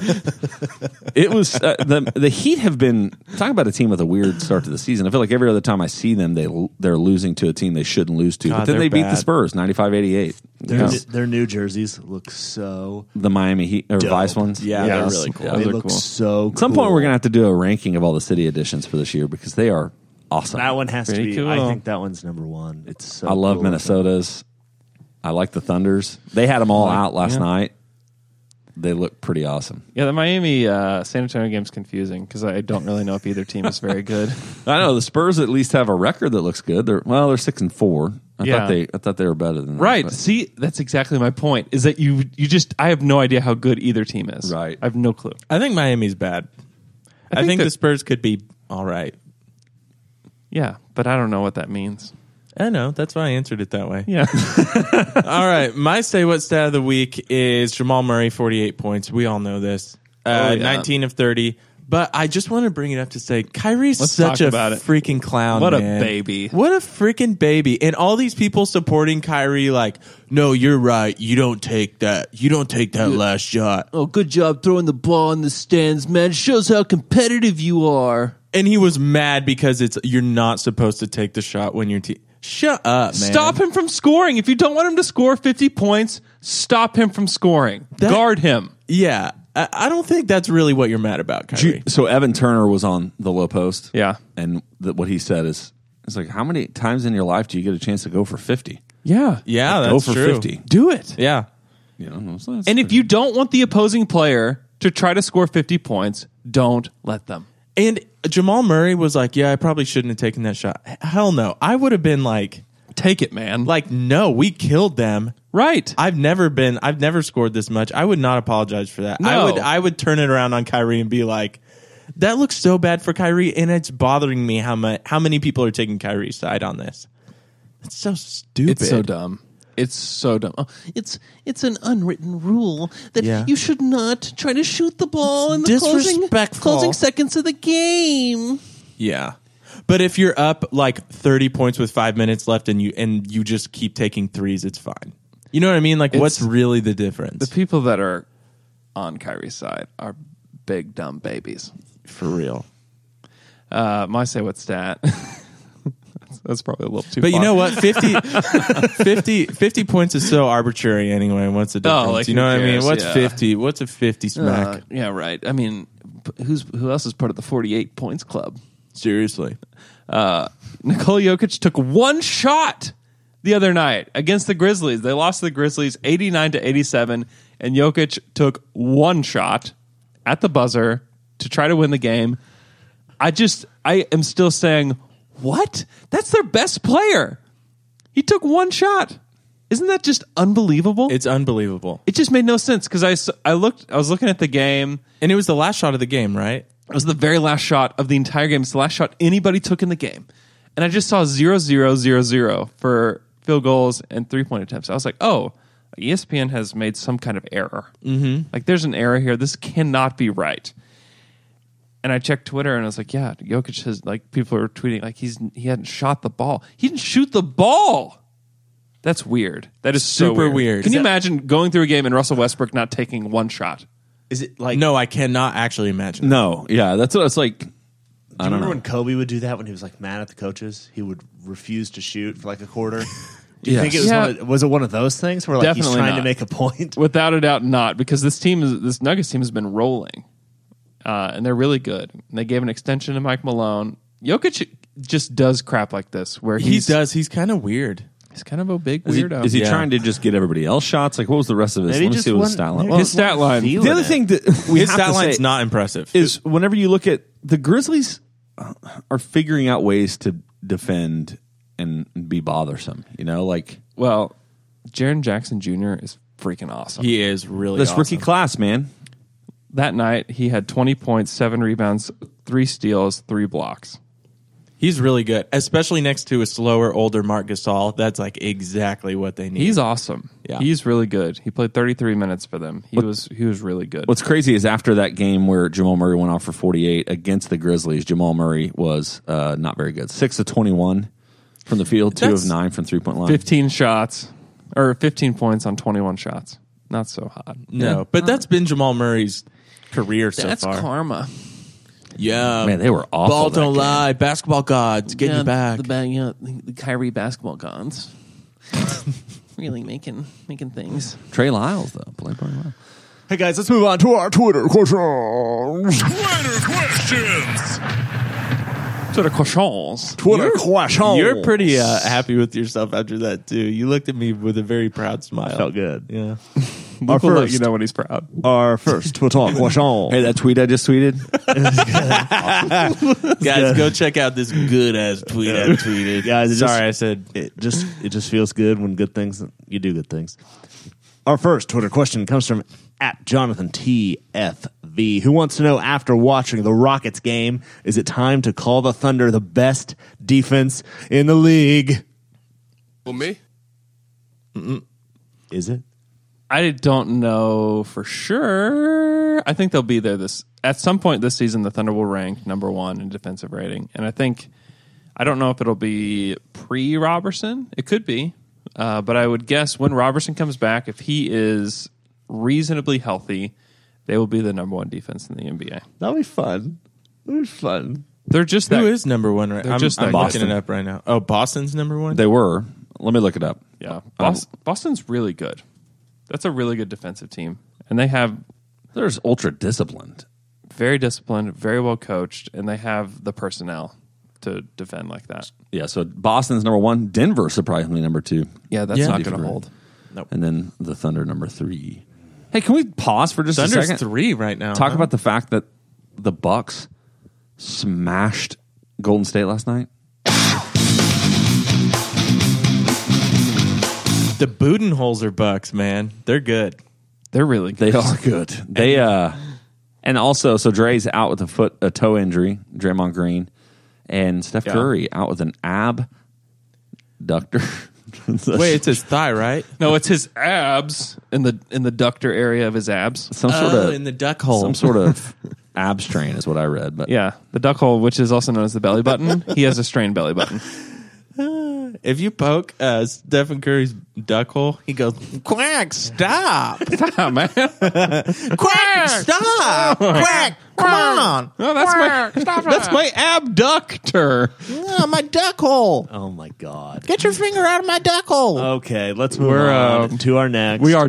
[SPEAKER 3] it was uh, the the Heat have been talking about a team with a weird start to the season. I feel like every other time I see them they they're losing to a team they shouldn't lose to. but
[SPEAKER 5] God,
[SPEAKER 3] then
[SPEAKER 5] they're
[SPEAKER 3] they beat the
[SPEAKER 5] bad.
[SPEAKER 3] Spurs 95-88.
[SPEAKER 7] Their,
[SPEAKER 3] Yeah.
[SPEAKER 7] their new jerseys look so.
[SPEAKER 3] The Miami Heat or
[SPEAKER 7] Dope.
[SPEAKER 3] Vice ones.
[SPEAKER 5] Yeah,
[SPEAKER 6] Yeah,
[SPEAKER 5] they're
[SPEAKER 6] that's-
[SPEAKER 5] really cool.
[SPEAKER 6] yeah.
[SPEAKER 7] They
[SPEAKER 6] Those are
[SPEAKER 7] look
[SPEAKER 6] cool.
[SPEAKER 7] so.
[SPEAKER 3] At some point we're going to have to do a ranking of all the city editions for this year because they are awesome.
[SPEAKER 7] That one has to
[SPEAKER 6] Pretty
[SPEAKER 7] be.
[SPEAKER 6] cool.
[SPEAKER 7] I think that one's number one. It's so.
[SPEAKER 3] I love
[SPEAKER 7] cool.
[SPEAKER 3] Minnesota's. I like the Thunders. They had them all out last night. They look pretty awesome.
[SPEAKER 6] Yeah, the Miami uh, San Antonio game's confusing because I don't really know if either team is very good.
[SPEAKER 3] I know the Spurs at least have a record that looks good. They're well, they're six and four. I
[SPEAKER 6] Yeah.
[SPEAKER 3] thought they I thought they were better than that,
[SPEAKER 6] Right.
[SPEAKER 3] but-
[SPEAKER 6] See, that's exactly my point. Is that you? You just I have no idea how good either team is.
[SPEAKER 3] Right.
[SPEAKER 6] I have no clue.
[SPEAKER 5] I think Miami's bad. I,
[SPEAKER 6] think
[SPEAKER 5] think
[SPEAKER 6] that-
[SPEAKER 5] the Spurs could be all right.
[SPEAKER 6] Yeah, but I don't know what that means.
[SPEAKER 5] I know. That's why I answered it that way.
[SPEAKER 6] Yeah.
[SPEAKER 5] All right. My say what stat of the week is Jamal Murray, 48 points. We all know this. Uh,
[SPEAKER 6] Oh, yeah.
[SPEAKER 5] 19 of 30. But I just want to bring it up to say Kyrie's
[SPEAKER 6] Let's
[SPEAKER 5] such
[SPEAKER 6] talk
[SPEAKER 5] a
[SPEAKER 6] about it.
[SPEAKER 5] freaking clown.
[SPEAKER 6] What a
[SPEAKER 5] man.
[SPEAKER 6] baby.
[SPEAKER 5] What a freaking baby. And all these people supporting Kyrie, like, no, you're right. You don't take that. You don't take that last shot.
[SPEAKER 9] Oh, good job throwing the ball in the stands, man. Shows how competitive you are.
[SPEAKER 5] And he was mad because it's you're not supposed to take the shot when you're. Te- Shut up, man.
[SPEAKER 6] Stop him from scoring. If you don't want him to score 50 points, stop him from scoring. Guard him.
[SPEAKER 5] Yeah. I, I don't think that's really what you're mad about, Kyrie.
[SPEAKER 3] Ju- So Evan Turner was on the low post.
[SPEAKER 6] Yeah.
[SPEAKER 3] and th- what he said is, it's like how many times in your life do you get a chance to go for fifty?
[SPEAKER 6] Yeah.
[SPEAKER 5] yeah,
[SPEAKER 3] go
[SPEAKER 5] Oh, that's
[SPEAKER 3] for
[SPEAKER 5] true.
[SPEAKER 3] fifty.
[SPEAKER 6] Do it.
[SPEAKER 5] Yeah.
[SPEAKER 3] You know, so that's-
[SPEAKER 6] And if you don't want the opposing player to try to score 50 points, don't let them.
[SPEAKER 5] And Jamal Murray was like, "Yeah, I probably shouldn't have taken that shot." H- Hell no. I would have been like,
[SPEAKER 6] Take it, man.
[SPEAKER 5] like no, we killed them.
[SPEAKER 6] right.
[SPEAKER 5] I've never been I've never scored this much. I would not apologize for that. I
[SPEAKER 6] No.
[SPEAKER 5] would I would turn it around on Kyrie and be like, "That looks so bad for Kyrie and it's bothering me how much how many people are taking Kyrie's side on this." That's so stupid.
[SPEAKER 6] It's so dumb. It's so dumb. Oh,
[SPEAKER 9] It's it's an unwritten rule that
[SPEAKER 5] Yeah.
[SPEAKER 9] you should not try to shoot the ball in the closing,
[SPEAKER 5] disrespectful.
[SPEAKER 9] closing seconds of the game.
[SPEAKER 5] Yeah. But if you're up like 30 points with 5 minutes left and you and you just keep taking threes, it's fine. You know what I mean? Like what's really the difference?
[SPEAKER 6] the people that are on Kyrie's side are big dumb babies.
[SPEAKER 5] for real.
[SPEAKER 6] Uh, my say what stat. That's probably a little too.
[SPEAKER 5] But you
[SPEAKER 6] far.
[SPEAKER 5] know what? 50, 50, 50 points is so arbitrary anyway. and What's the difference?
[SPEAKER 6] Oh, like,
[SPEAKER 5] you know
[SPEAKER 6] who
[SPEAKER 5] what I mean?
[SPEAKER 6] cares?
[SPEAKER 5] What's
[SPEAKER 6] Yeah.
[SPEAKER 5] 50? What's a 50 smack?
[SPEAKER 6] Uh, yeah, right. I mean, p- who's who else is part of the forty-eight points club?
[SPEAKER 5] Seriously.
[SPEAKER 6] Uh, Nikola Jokic took one shot the other night against the Grizzlies. They lost to the Grizzlies 89 to 87, and Jokic took one shot at the buzzer to try to win the game. I just, I am still saying, what? That's their best player. He took one shot. Isn't that just unbelievable?
[SPEAKER 5] It's unbelievable.
[SPEAKER 6] it just made no sense because I, s- I looked, I was looking at the game.
[SPEAKER 5] And it was the last shot of the game, right?
[SPEAKER 6] It was the very last shot of the entire game. It's the last shot anybody took in the game. And I just saw 0 0 0 0 for field goals and three point attempts. I was like, oh, ESPN has made some kind of error. Mm-hmm. Like, there's an error here. This cannot be right. And I checked Twitter and I was like, yeah, Jokic has, like, people are tweeting, like, he's he hadn't shot the ball. He didn't shoot the ball. That's weird. That is so
[SPEAKER 5] Super weird.
[SPEAKER 6] Can you
[SPEAKER 5] Is that-
[SPEAKER 6] imagine going through a game and Russell Westbrook not taking one shot?
[SPEAKER 7] Is it like
[SPEAKER 5] No, I cannot actually imagine.
[SPEAKER 3] No, yeah, that's what it's like.
[SPEAKER 7] Do you remember when Kobe would do that when he was like mad at the coaches? He would refuse to shoot for like a quarter. Do you think it was
[SPEAKER 6] Yeah.
[SPEAKER 7] one of, was it one of those things where like he's
[SPEAKER 6] Definitely
[SPEAKER 7] trying to
[SPEAKER 6] not.
[SPEAKER 7] make a point?
[SPEAKER 6] Without a doubt, not because this team is this Nuggets team has been rolling, uh, and they're really good. And they gave an extension to Mike Malone. Jokic just does crap like this, where
[SPEAKER 5] He
[SPEAKER 6] he's,
[SPEAKER 5] does. He's kind of weird.
[SPEAKER 6] He's kind of a big
[SPEAKER 3] Is he,
[SPEAKER 6] weirdo.
[SPEAKER 3] is he
[SPEAKER 5] Yeah.
[SPEAKER 3] trying to just get everybody else shots? Like, what was the rest of this?
[SPEAKER 7] Maybe
[SPEAKER 3] Let me
[SPEAKER 7] just
[SPEAKER 3] see what his
[SPEAKER 7] one-
[SPEAKER 3] stat
[SPEAKER 7] maybe
[SPEAKER 3] line.
[SPEAKER 7] just
[SPEAKER 6] stat
[SPEAKER 7] one
[SPEAKER 6] line.
[SPEAKER 7] feel
[SPEAKER 3] the
[SPEAKER 7] in
[SPEAKER 3] other
[SPEAKER 7] it.
[SPEAKER 3] thing that we
[SPEAKER 5] His
[SPEAKER 3] have
[SPEAKER 5] stat
[SPEAKER 3] to
[SPEAKER 5] line's
[SPEAKER 3] say
[SPEAKER 5] not impressive.
[SPEAKER 3] is whenever you look at the Grizzlies uh, are figuring out ways to defend and be bothersome. You know, like
[SPEAKER 6] well, Jaron Jackson Jr. is freaking awesome.
[SPEAKER 5] he is really
[SPEAKER 3] this
[SPEAKER 5] awesome.
[SPEAKER 3] rookie class, man.
[SPEAKER 6] that night, he had twenty points, seven rebounds, three steals, three blocks.
[SPEAKER 5] He's really good, especially next to a slower, older Mark Gasol. That's like exactly what they need.
[SPEAKER 6] He's awesome.
[SPEAKER 5] Yeah.
[SPEAKER 6] he's really good. He played thirty three minutes for them. He was he was really good.
[SPEAKER 3] What's crazy is after that game where Jamal Murray went off for 48 against the Grizzlies, Jamal Murray was uh, not very good. Six of 21 from the field, two
[SPEAKER 5] That's-
[SPEAKER 3] of nine from three point line.
[SPEAKER 6] 15 shots or 15 points on 21 shots. Not so hot.
[SPEAKER 5] no, but that's been Jamal Murray's career so
[SPEAKER 6] That's
[SPEAKER 5] far.
[SPEAKER 6] karma.
[SPEAKER 5] yeah,
[SPEAKER 3] Um, Man, they were awful
[SPEAKER 5] Ball
[SPEAKER 3] that
[SPEAKER 5] don't
[SPEAKER 3] game.
[SPEAKER 5] lie. Basketball gods, get you back.
[SPEAKER 9] The, ba- yeah, the the Kyrie basketball gods. really making making things.
[SPEAKER 3] Trey Lyles, though, played pretty well.
[SPEAKER 7] Hey guys, let's move on to our Twitter questions.
[SPEAKER 8] Twitter questions.
[SPEAKER 6] Twitter questions.
[SPEAKER 7] Twitter questions.
[SPEAKER 5] You're pretty uh, happy with yourself after that too. You looked at me with a very proud smile.
[SPEAKER 7] felt good.
[SPEAKER 5] Yeah.
[SPEAKER 7] Our
[SPEAKER 6] We'll let
[SPEAKER 7] first,
[SPEAKER 6] you know when he's proud.
[SPEAKER 7] our first Twitter question.
[SPEAKER 3] Hey, that tweet I just tweeted,
[SPEAKER 5] Guys, go check out this good ass tweet I tweeted.
[SPEAKER 7] Guys, it just-
[SPEAKER 5] sorry I said
[SPEAKER 7] it just it just feels good when good things you do good things. Our first Twitter question comes from at Jonathan TFV, who wants to know after watching the Rockets game, is it time to call the Thunder the best defense in the league?
[SPEAKER 8] Well, me?
[SPEAKER 7] Is it?
[SPEAKER 6] I don't know for sure. I think they'll be there this at some point this season. The Thunder will rank number one in defensive rating, and I think I don't know if it'll be pre Robertson. It could be, uh, but I would guess when Robertson comes back, if he is reasonably healthy, they will be the number one defense in the NBA.
[SPEAKER 7] That'll be fun. That'll be fun.
[SPEAKER 6] They're just that
[SPEAKER 5] who is number one right
[SPEAKER 6] They're
[SPEAKER 5] now. I'm,
[SPEAKER 6] just
[SPEAKER 5] I'm
[SPEAKER 6] that
[SPEAKER 5] looking
[SPEAKER 6] good.
[SPEAKER 5] it up right now. Oh, Boston's number one?
[SPEAKER 3] they were. Let me look it up.
[SPEAKER 6] Yeah,
[SPEAKER 3] Um,
[SPEAKER 6] Boston, Boston's really good. That's a really good defensive team, and they have
[SPEAKER 3] They're just ultra disciplined.
[SPEAKER 6] very disciplined, very well coached, and they have the personnel to defend like that.
[SPEAKER 3] Yeah, so Boston's number one. Denver, surprisingly, number two.
[SPEAKER 6] Yeah, that's
[SPEAKER 5] Yeah.
[SPEAKER 6] not going to hold.
[SPEAKER 3] And then the Thunder, number three. Hey, can we pause for just a
[SPEAKER 5] Thunder's
[SPEAKER 3] second?
[SPEAKER 5] three right now.
[SPEAKER 3] Talk
[SPEAKER 5] huh?
[SPEAKER 3] about the fact that the Bucks smashed Golden State last night.
[SPEAKER 5] the Budenholzer Bucks, man. They're good.
[SPEAKER 6] They're really good.
[SPEAKER 3] They are good. They uh, and also so Dre's out with a foot a toe injury, Draymond Green, and Steph Curry out with an ab Doctor.
[SPEAKER 5] Wait, it's his thigh, right?
[SPEAKER 6] No, it's his abs in the in the ductor area of his abs.
[SPEAKER 3] some sort
[SPEAKER 5] oh,
[SPEAKER 3] of
[SPEAKER 5] in the duck hole.
[SPEAKER 3] some sort of ab strain is what I read. But
[SPEAKER 6] Yeah, the duck hole, which is also known as the belly button. he has a strained belly button.
[SPEAKER 5] if you poke uh, Stephen Curry's duck hole, he goes, "Quack! Stop!
[SPEAKER 6] Ah, man. Oh,
[SPEAKER 5] Quack! Stop! Quack! Come on!
[SPEAKER 6] No, that's my that's my abductor.
[SPEAKER 5] Ah, my duck hole!
[SPEAKER 7] Oh my god.
[SPEAKER 5] Get your finger out of my duck hole!"
[SPEAKER 7] Okay, let's move
[SPEAKER 6] We're,
[SPEAKER 7] on
[SPEAKER 6] um,
[SPEAKER 7] to our next.
[SPEAKER 6] We are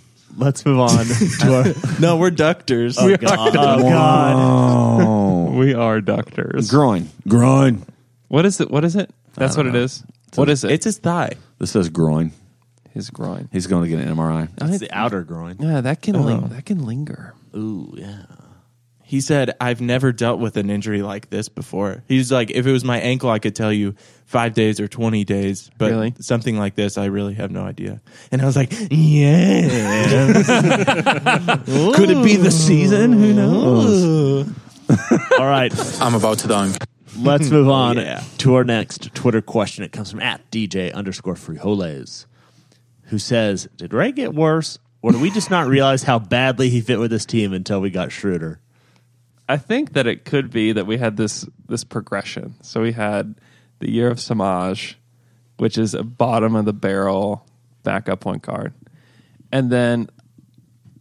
[SPEAKER 7] uh, Let's move on to our.
[SPEAKER 5] no, we're ductors.
[SPEAKER 7] Oh god. Oh god.
[SPEAKER 6] We are doctors.
[SPEAKER 3] groin, Oh. groin.
[SPEAKER 6] What is it? What is it? That's what it is. What is it?
[SPEAKER 5] It's his thigh.
[SPEAKER 3] This says groin.
[SPEAKER 6] his groin. Oh.
[SPEAKER 3] He's going to get an MRI.
[SPEAKER 7] It's the outer groin.
[SPEAKER 6] Yeah, that can ling- that can linger.
[SPEAKER 7] Ooh, yeah.
[SPEAKER 5] He said, I've never dealt with an injury like this before. He was like, if it was my ankle, I could tell you five days or 20 days. But
[SPEAKER 6] Really?
[SPEAKER 5] something like this, I really have no idea. And I was like, yeah. Could it be the season? Who knows?
[SPEAKER 7] All right,
[SPEAKER 2] I'm about to dunk.
[SPEAKER 7] let's move on
[SPEAKER 5] Yeah.
[SPEAKER 7] to our next Twitter question. It comes from at DJ underscore Frijoles, who says, "Did Ray get worse, or do we just not realize how badly he fit with this team until we got Schroeder?"
[SPEAKER 6] I think that it could be that we had this this progression. So we had the year of Samaj, which is a bottom of the barrel backup point guard, and then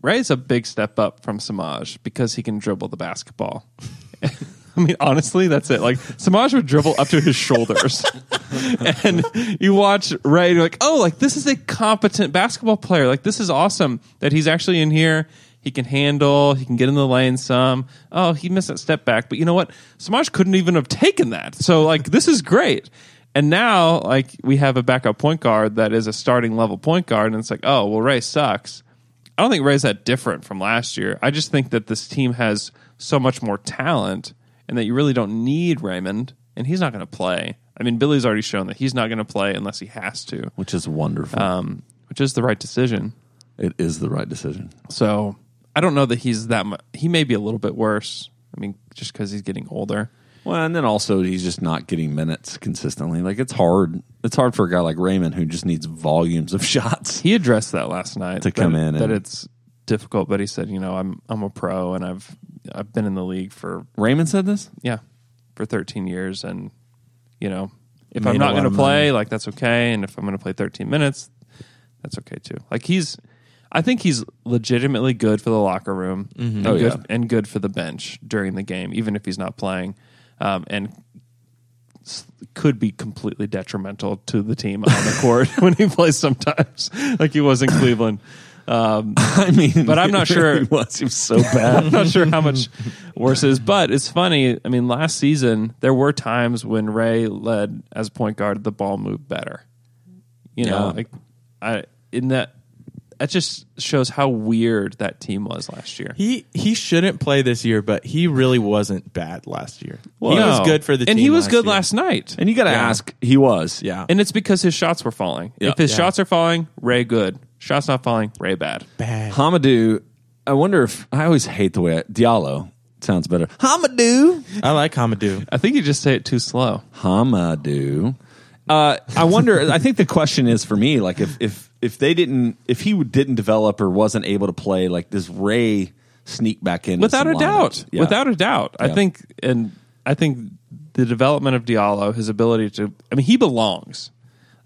[SPEAKER 6] Ray's a big step up from Samaj because he can dribble the basketball. I mean, honestly, that's it. Like Samaj would dribble up to his shoulders, and you watch Ray, and you're like, "Oh, like this is a competent basketball player. Like this is awesome that he's actually in here. He can handle. He can get in the lane some. Oh, he missed that step back, but you know what? Samaj couldn't even have taken that. So like, this is great. And now like we have a backup point guard that is a starting level point guard, and it's like, oh, well, Ray sucks. I don't think Ray's that different from last year. I just think that this team has so much more talent and that you really don't need Raymond, and he's not going to play. I mean, Billy's already shown that he's not going to play unless he has to,
[SPEAKER 3] Which is wonderful.
[SPEAKER 6] um, which is the right decision.
[SPEAKER 3] it is the right decision.
[SPEAKER 6] So I don't know that he's that much. He may be a little bit worse. I mean, just because he's getting older.
[SPEAKER 3] Well, and then also he's just not getting minutes consistently. Like it's hard. It's hard for a guy like Raymond who just needs volumes of shots.
[SPEAKER 6] He addressed that last night
[SPEAKER 3] To
[SPEAKER 6] that-
[SPEAKER 3] come in
[SPEAKER 6] that
[SPEAKER 3] and-
[SPEAKER 6] it's difficult, but he said, you know, I'm I'm a pro and I've I've been in the league for
[SPEAKER 3] Raymond said this.
[SPEAKER 6] yeah, for 13 years. And, you know, if
[SPEAKER 5] Made
[SPEAKER 6] I'm
[SPEAKER 5] a
[SPEAKER 6] not
[SPEAKER 5] lot
[SPEAKER 6] going to
[SPEAKER 5] of
[SPEAKER 6] play, like, that's okay. And if I'm going to play 13 minutes, that's okay too. Like, he's, I think he's legitimately good for the locker room
[SPEAKER 5] Mm-hmm.
[SPEAKER 6] and,
[SPEAKER 3] Oh,
[SPEAKER 6] good,
[SPEAKER 3] yeah.
[SPEAKER 6] and good for the bench during the game, even if he's not playing. Um, and s- could be completely detrimental to the team on the court when he plays sometimes, like he was in Cleveland. Um,
[SPEAKER 3] I mean,
[SPEAKER 6] But I'm not
[SPEAKER 3] it
[SPEAKER 6] sure-
[SPEAKER 3] really was. He was so bad.
[SPEAKER 6] I'm not sure how much worse it is, but it's funny. I mean, last season there were times when Ray led as point guard, the ball moved better. You know,
[SPEAKER 3] Yeah.
[SPEAKER 6] like I in that that just shows how weird that team was last year.
[SPEAKER 5] He, he shouldn't play this year, but he really wasn't bad last year. he
[SPEAKER 6] No.
[SPEAKER 5] was good for the team.
[SPEAKER 6] and he was good
[SPEAKER 5] year.
[SPEAKER 6] last night.
[SPEAKER 3] and you got to ask. He was.
[SPEAKER 5] Yeah.
[SPEAKER 6] and it's because his shots were falling. If his
[SPEAKER 5] Yeah.
[SPEAKER 6] shots are falling, Ray good. Shots not falling, Ray bad.
[SPEAKER 5] Bad.
[SPEAKER 3] Hamadou. I wonder if I always hate the way I, Diallo sounds better. Hamadou.
[SPEAKER 5] I like Hamadou.
[SPEAKER 6] I think you just say it too slow.
[SPEAKER 3] Hamadou. Uh, I wonder. I think the question is for me, like if if if they didn't, if he didn't develop or wasn't able to play, like does Ray sneak back in
[SPEAKER 6] without a doubt without a doubt i
[SPEAKER 3] Yeah.
[SPEAKER 6] think and i think the development of diallo his ability to i mean he belongs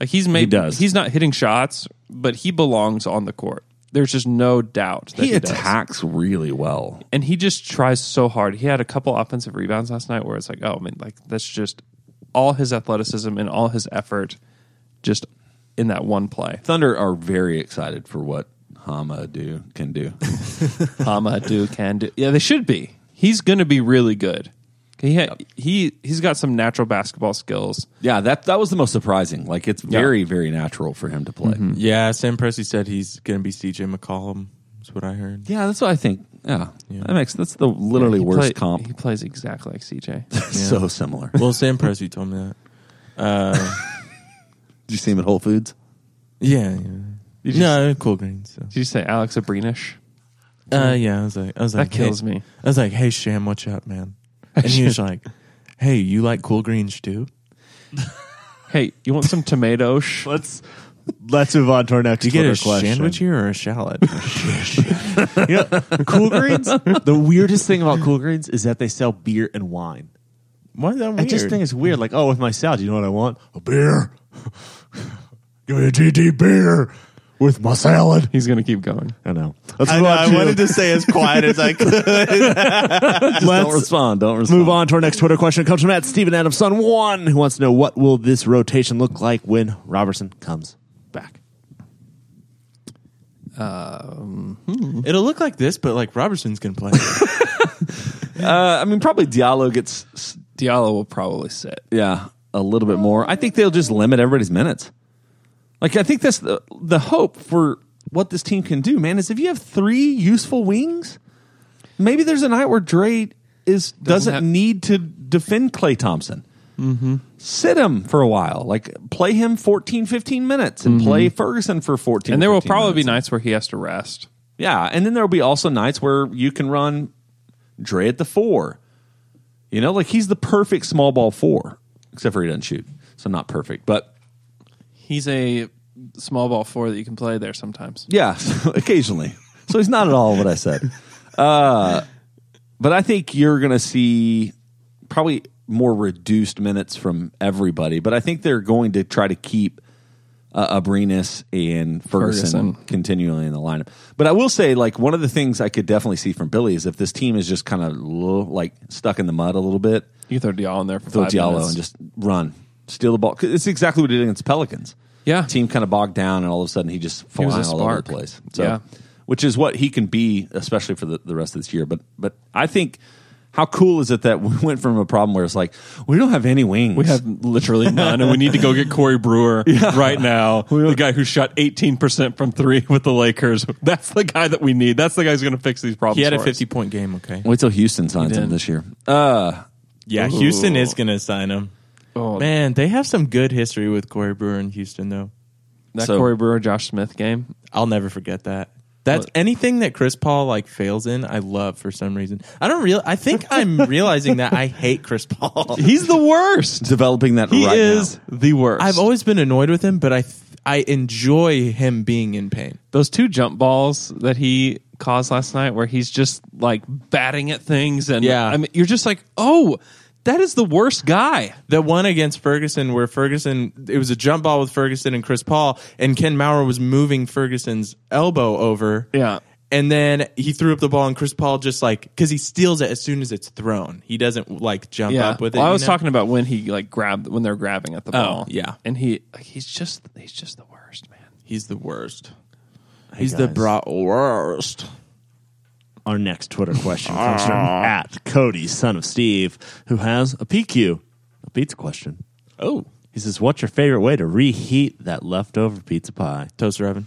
[SPEAKER 6] like he's made
[SPEAKER 3] does.
[SPEAKER 6] he's not hitting shots but he belongs on the court there's just no doubt that
[SPEAKER 3] He,
[SPEAKER 6] he, does.
[SPEAKER 3] attacks really well.
[SPEAKER 6] and he just tries so hard he had a couple offensive rebounds last night where it's like oh man like that's just all his athleticism and all his effort just in that one play
[SPEAKER 3] Thunder are very excited for what Hamadou can do.
[SPEAKER 6] Hamadou can do. Yeah, they should be. He's going to be really good. He ha- he he's got some natural basketball skills.
[SPEAKER 3] yeah, that that was the most surprising. Like it's very very natural for him to play.
[SPEAKER 6] Mm-hmm.
[SPEAKER 5] Yeah, Sam Presti said he's going to be CJ McCollum. That's what I heard.
[SPEAKER 3] Yeah, that's what I think. Yeah, that makes that's the literally
[SPEAKER 6] He
[SPEAKER 3] worst
[SPEAKER 6] play-
[SPEAKER 3] comp.
[SPEAKER 6] He plays exactly like CJ.
[SPEAKER 3] So similar. Did
[SPEAKER 5] Well, Sam Presti told me that.
[SPEAKER 3] you see him at Whole Foods?
[SPEAKER 5] Yeah, yeah. No, cool greens. So.
[SPEAKER 6] Did you say Alex Abrinish?
[SPEAKER 5] Uh, yeah, I was like, I was like,
[SPEAKER 6] That kills
[SPEAKER 5] hey-
[SPEAKER 6] me.
[SPEAKER 5] I was like, hey Sham, what's up, man? And he was like, hey, you like cool greens too?
[SPEAKER 6] Hey, you want some tomato? Sh-
[SPEAKER 7] Let's let's move on to our next
[SPEAKER 5] Do you get
[SPEAKER 7] Twitter
[SPEAKER 5] a
[SPEAKER 7] question.
[SPEAKER 5] sandwich here or a shallot?
[SPEAKER 7] You know, cool Greens. The weirdest thing about Cool Greens is that they sell beer and wine.
[SPEAKER 5] Why is that weird?
[SPEAKER 7] I just think it's weird. Like, oh, with my salad, you know what I want? A beer. Give me a GD beer with my salad.
[SPEAKER 6] He's going to keep going.
[SPEAKER 7] I know. Let's
[SPEAKER 5] I,
[SPEAKER 7] move
[SPEAKER 5] know,
[SPEAKER 7] on
[SPEAKER 5] I
[SPEAKER 7] to-
[SPEAKER 5] wanted to say as quiet as I could.
[SPEAKER 3] don't respond. Don't respond.
[SPEAKER 7] Move on to our next Twitter question. It comes from at Stephen Adamson one, who wants to know what will this rotation look like when Robertson comes back.
[SPEAKER 5] It'll look like this, but like Robertson's gonna play.
[SPEAKER 3] Uh, I mean, probably Diallo gets s-
[SPEAKER 6] Diallo will probably sit.
[SPEAKER 3] yeah a little bit more. I think they'll just limit everybody's minutes. Like I think that's the the hope for what this team can do, man. Is if you have three useful wings, maybe there's a night where Dre is doesn't,
[SPEAKER 6] have- Mm-hmm.
[SPEAKER 3] need to defend Clay Thompson. Sit him for a while, like play him 14, 15 minutes, and play Ferguson for fourteen.
[SPEAKER 6] Mm-hmm. And there
[SPEAKER 3] or
[SPEAKER 6] will
[SPEAKER 3] 15
[SPEAKER 6] probably be
[SPEAKER 3] minutes.
[SPEAKER 6] nights where he has to rest.
[SPEAKER 3] Yeah, and then there will be also nights where you can run Dre at the four. You know, like he's the perfect small ball four, except for he doesn't shoot, so not perfect. But
[SPEAKER 6] He's a small ball four that you can play there sometimes.
[SPEAKER 3] yeah, occasionally. So he's not at all what I said. Uh, but I think you're going to see probably more reduced minutes from everybody. But I think they're going to try to keep uh, Abrinas and Ferguson,
[SPEAKER 6] Ferguson.
[SPEAKER 3] continually in the lineup. But I will say, like one of the things I could definitely see from Billy is if this team is just kind of like stuck in the mud a little bit,
[SPEAKER 6] You can throw Diallo in there for
[SPEAKER 3] throw
[SPEAKER 6] five
[SPEAKER 3] Diallo
[SPEAKER 6] minutes.
[SPEAKER 3] and just run, steal the ball. 'Cause It's exactly what he did against Pelicans.
[SPEAKER 6] Yeah.
[SPEAKER 3] team kind of bogged down, and all of a sudden he just
[SPEAKER 6] was
[SPEAKER 3] flying
[SPEAKER 6] a
[SPEAKER 3] all over the
[SPEAKER 6] spark.
[SPEAKER 3] place. So,
[SPEAKER 6] Yeah.
[SPEAKER 3] which is what he can be, especially for the, the rest of this year. But but I think how cool is it that we went from a problem where it's like we don't have any wings.
[SPEAKER 6] We have literally none, and we need to go get Corey Brewer right now. The guy who shot 18% from three with the Lakers. That's the guy that we need. That's the guy who's going to fix these problems.
[SPEAKER 5] he had a
[SPEAKER 6] for us.
[SPEAKER 5] fifty point game. Okay.
[SPEAKER 3] wait till Houston signs him this year.
[SPEAKER 5] Yeah, Houston is gonna sign him.
[SPEAKER 6] Oh, man.
[SPEAKER 5] Man, they have some good history with Corey Brewer in Houston, though.
[SPEAKER 6] That
[SPEAKER 3] So-
[SPEAKER 6] Corey Brewer, Josh Smith game.
[SPEAKER 5] I'll never forget that. That's anything that Chris Paul like fails in, I love for some reason. I don't real. I think I'm realizing that I hate Chris Paul.
[SPEAKER 6] He's the worst.
[SPEAKER 3] Developing that
[SPEAKER 5] He
[SPEAKER 3] right
[SPEAKER 5] is.
[SPEAKER 3] now.
[SPEAKER 6] The worst.
[SPEAKER 5] I've always been annoyed with him, but I th- I enjoy him being in pain.
[SPEAKER 6] those two jump balls that he caused last night where he's just like batting at things and
[SPEAKER 5] Yeah.
[SPEAKER 6] I mean you're just like, "Oh, that is the worst guy."
[SPEAKER 5] The one against Ferguson, where Ferguson, it was a jump ball with Ferguson and Chris Paul, and Ken Maurer was moving Ferguson's elbow over.
[SPEAKER 6] Yeah.
[SPEAKER 5] And then he threw up the ball, and Chris Paul just like, because he steals it as soon as it's thrown. He doesn't like jump
[SPEAKER 6] Yeah.
[SPEAKER 5] up with it.
[SPEAKER 6] well, I
[SPEAKER 5] you
[SPEAKER 6] was
[SPEAKER 5] know? Oh,
[SPEAKER 6] talking about when he like grabbed when they're grabbing at the ball.
[SPEAKER 5] yeah.
[SPEAKER 6] And he like, he's just he's just the worst, man.
[SPEAKER 5] He's the worst. He's
[SPEAKER 7] Hey,
[SPEAKER 5] the
[SPEAKER 7] guys.
[SPEAKER 5] bra worst.
[SPEAKER 7] Our next Twitter question
[SPEAKER 5] Ah.
[SPEAKER 7] comes from at Cody, son of Steve, who has a PQ, a pizza question.
[SPEAKER 5] Oh,
[SPEAKER 7] He says, "What's your favorite way to reheat that leftover pizza pie?"
[SPEAKER 5] toaster oven.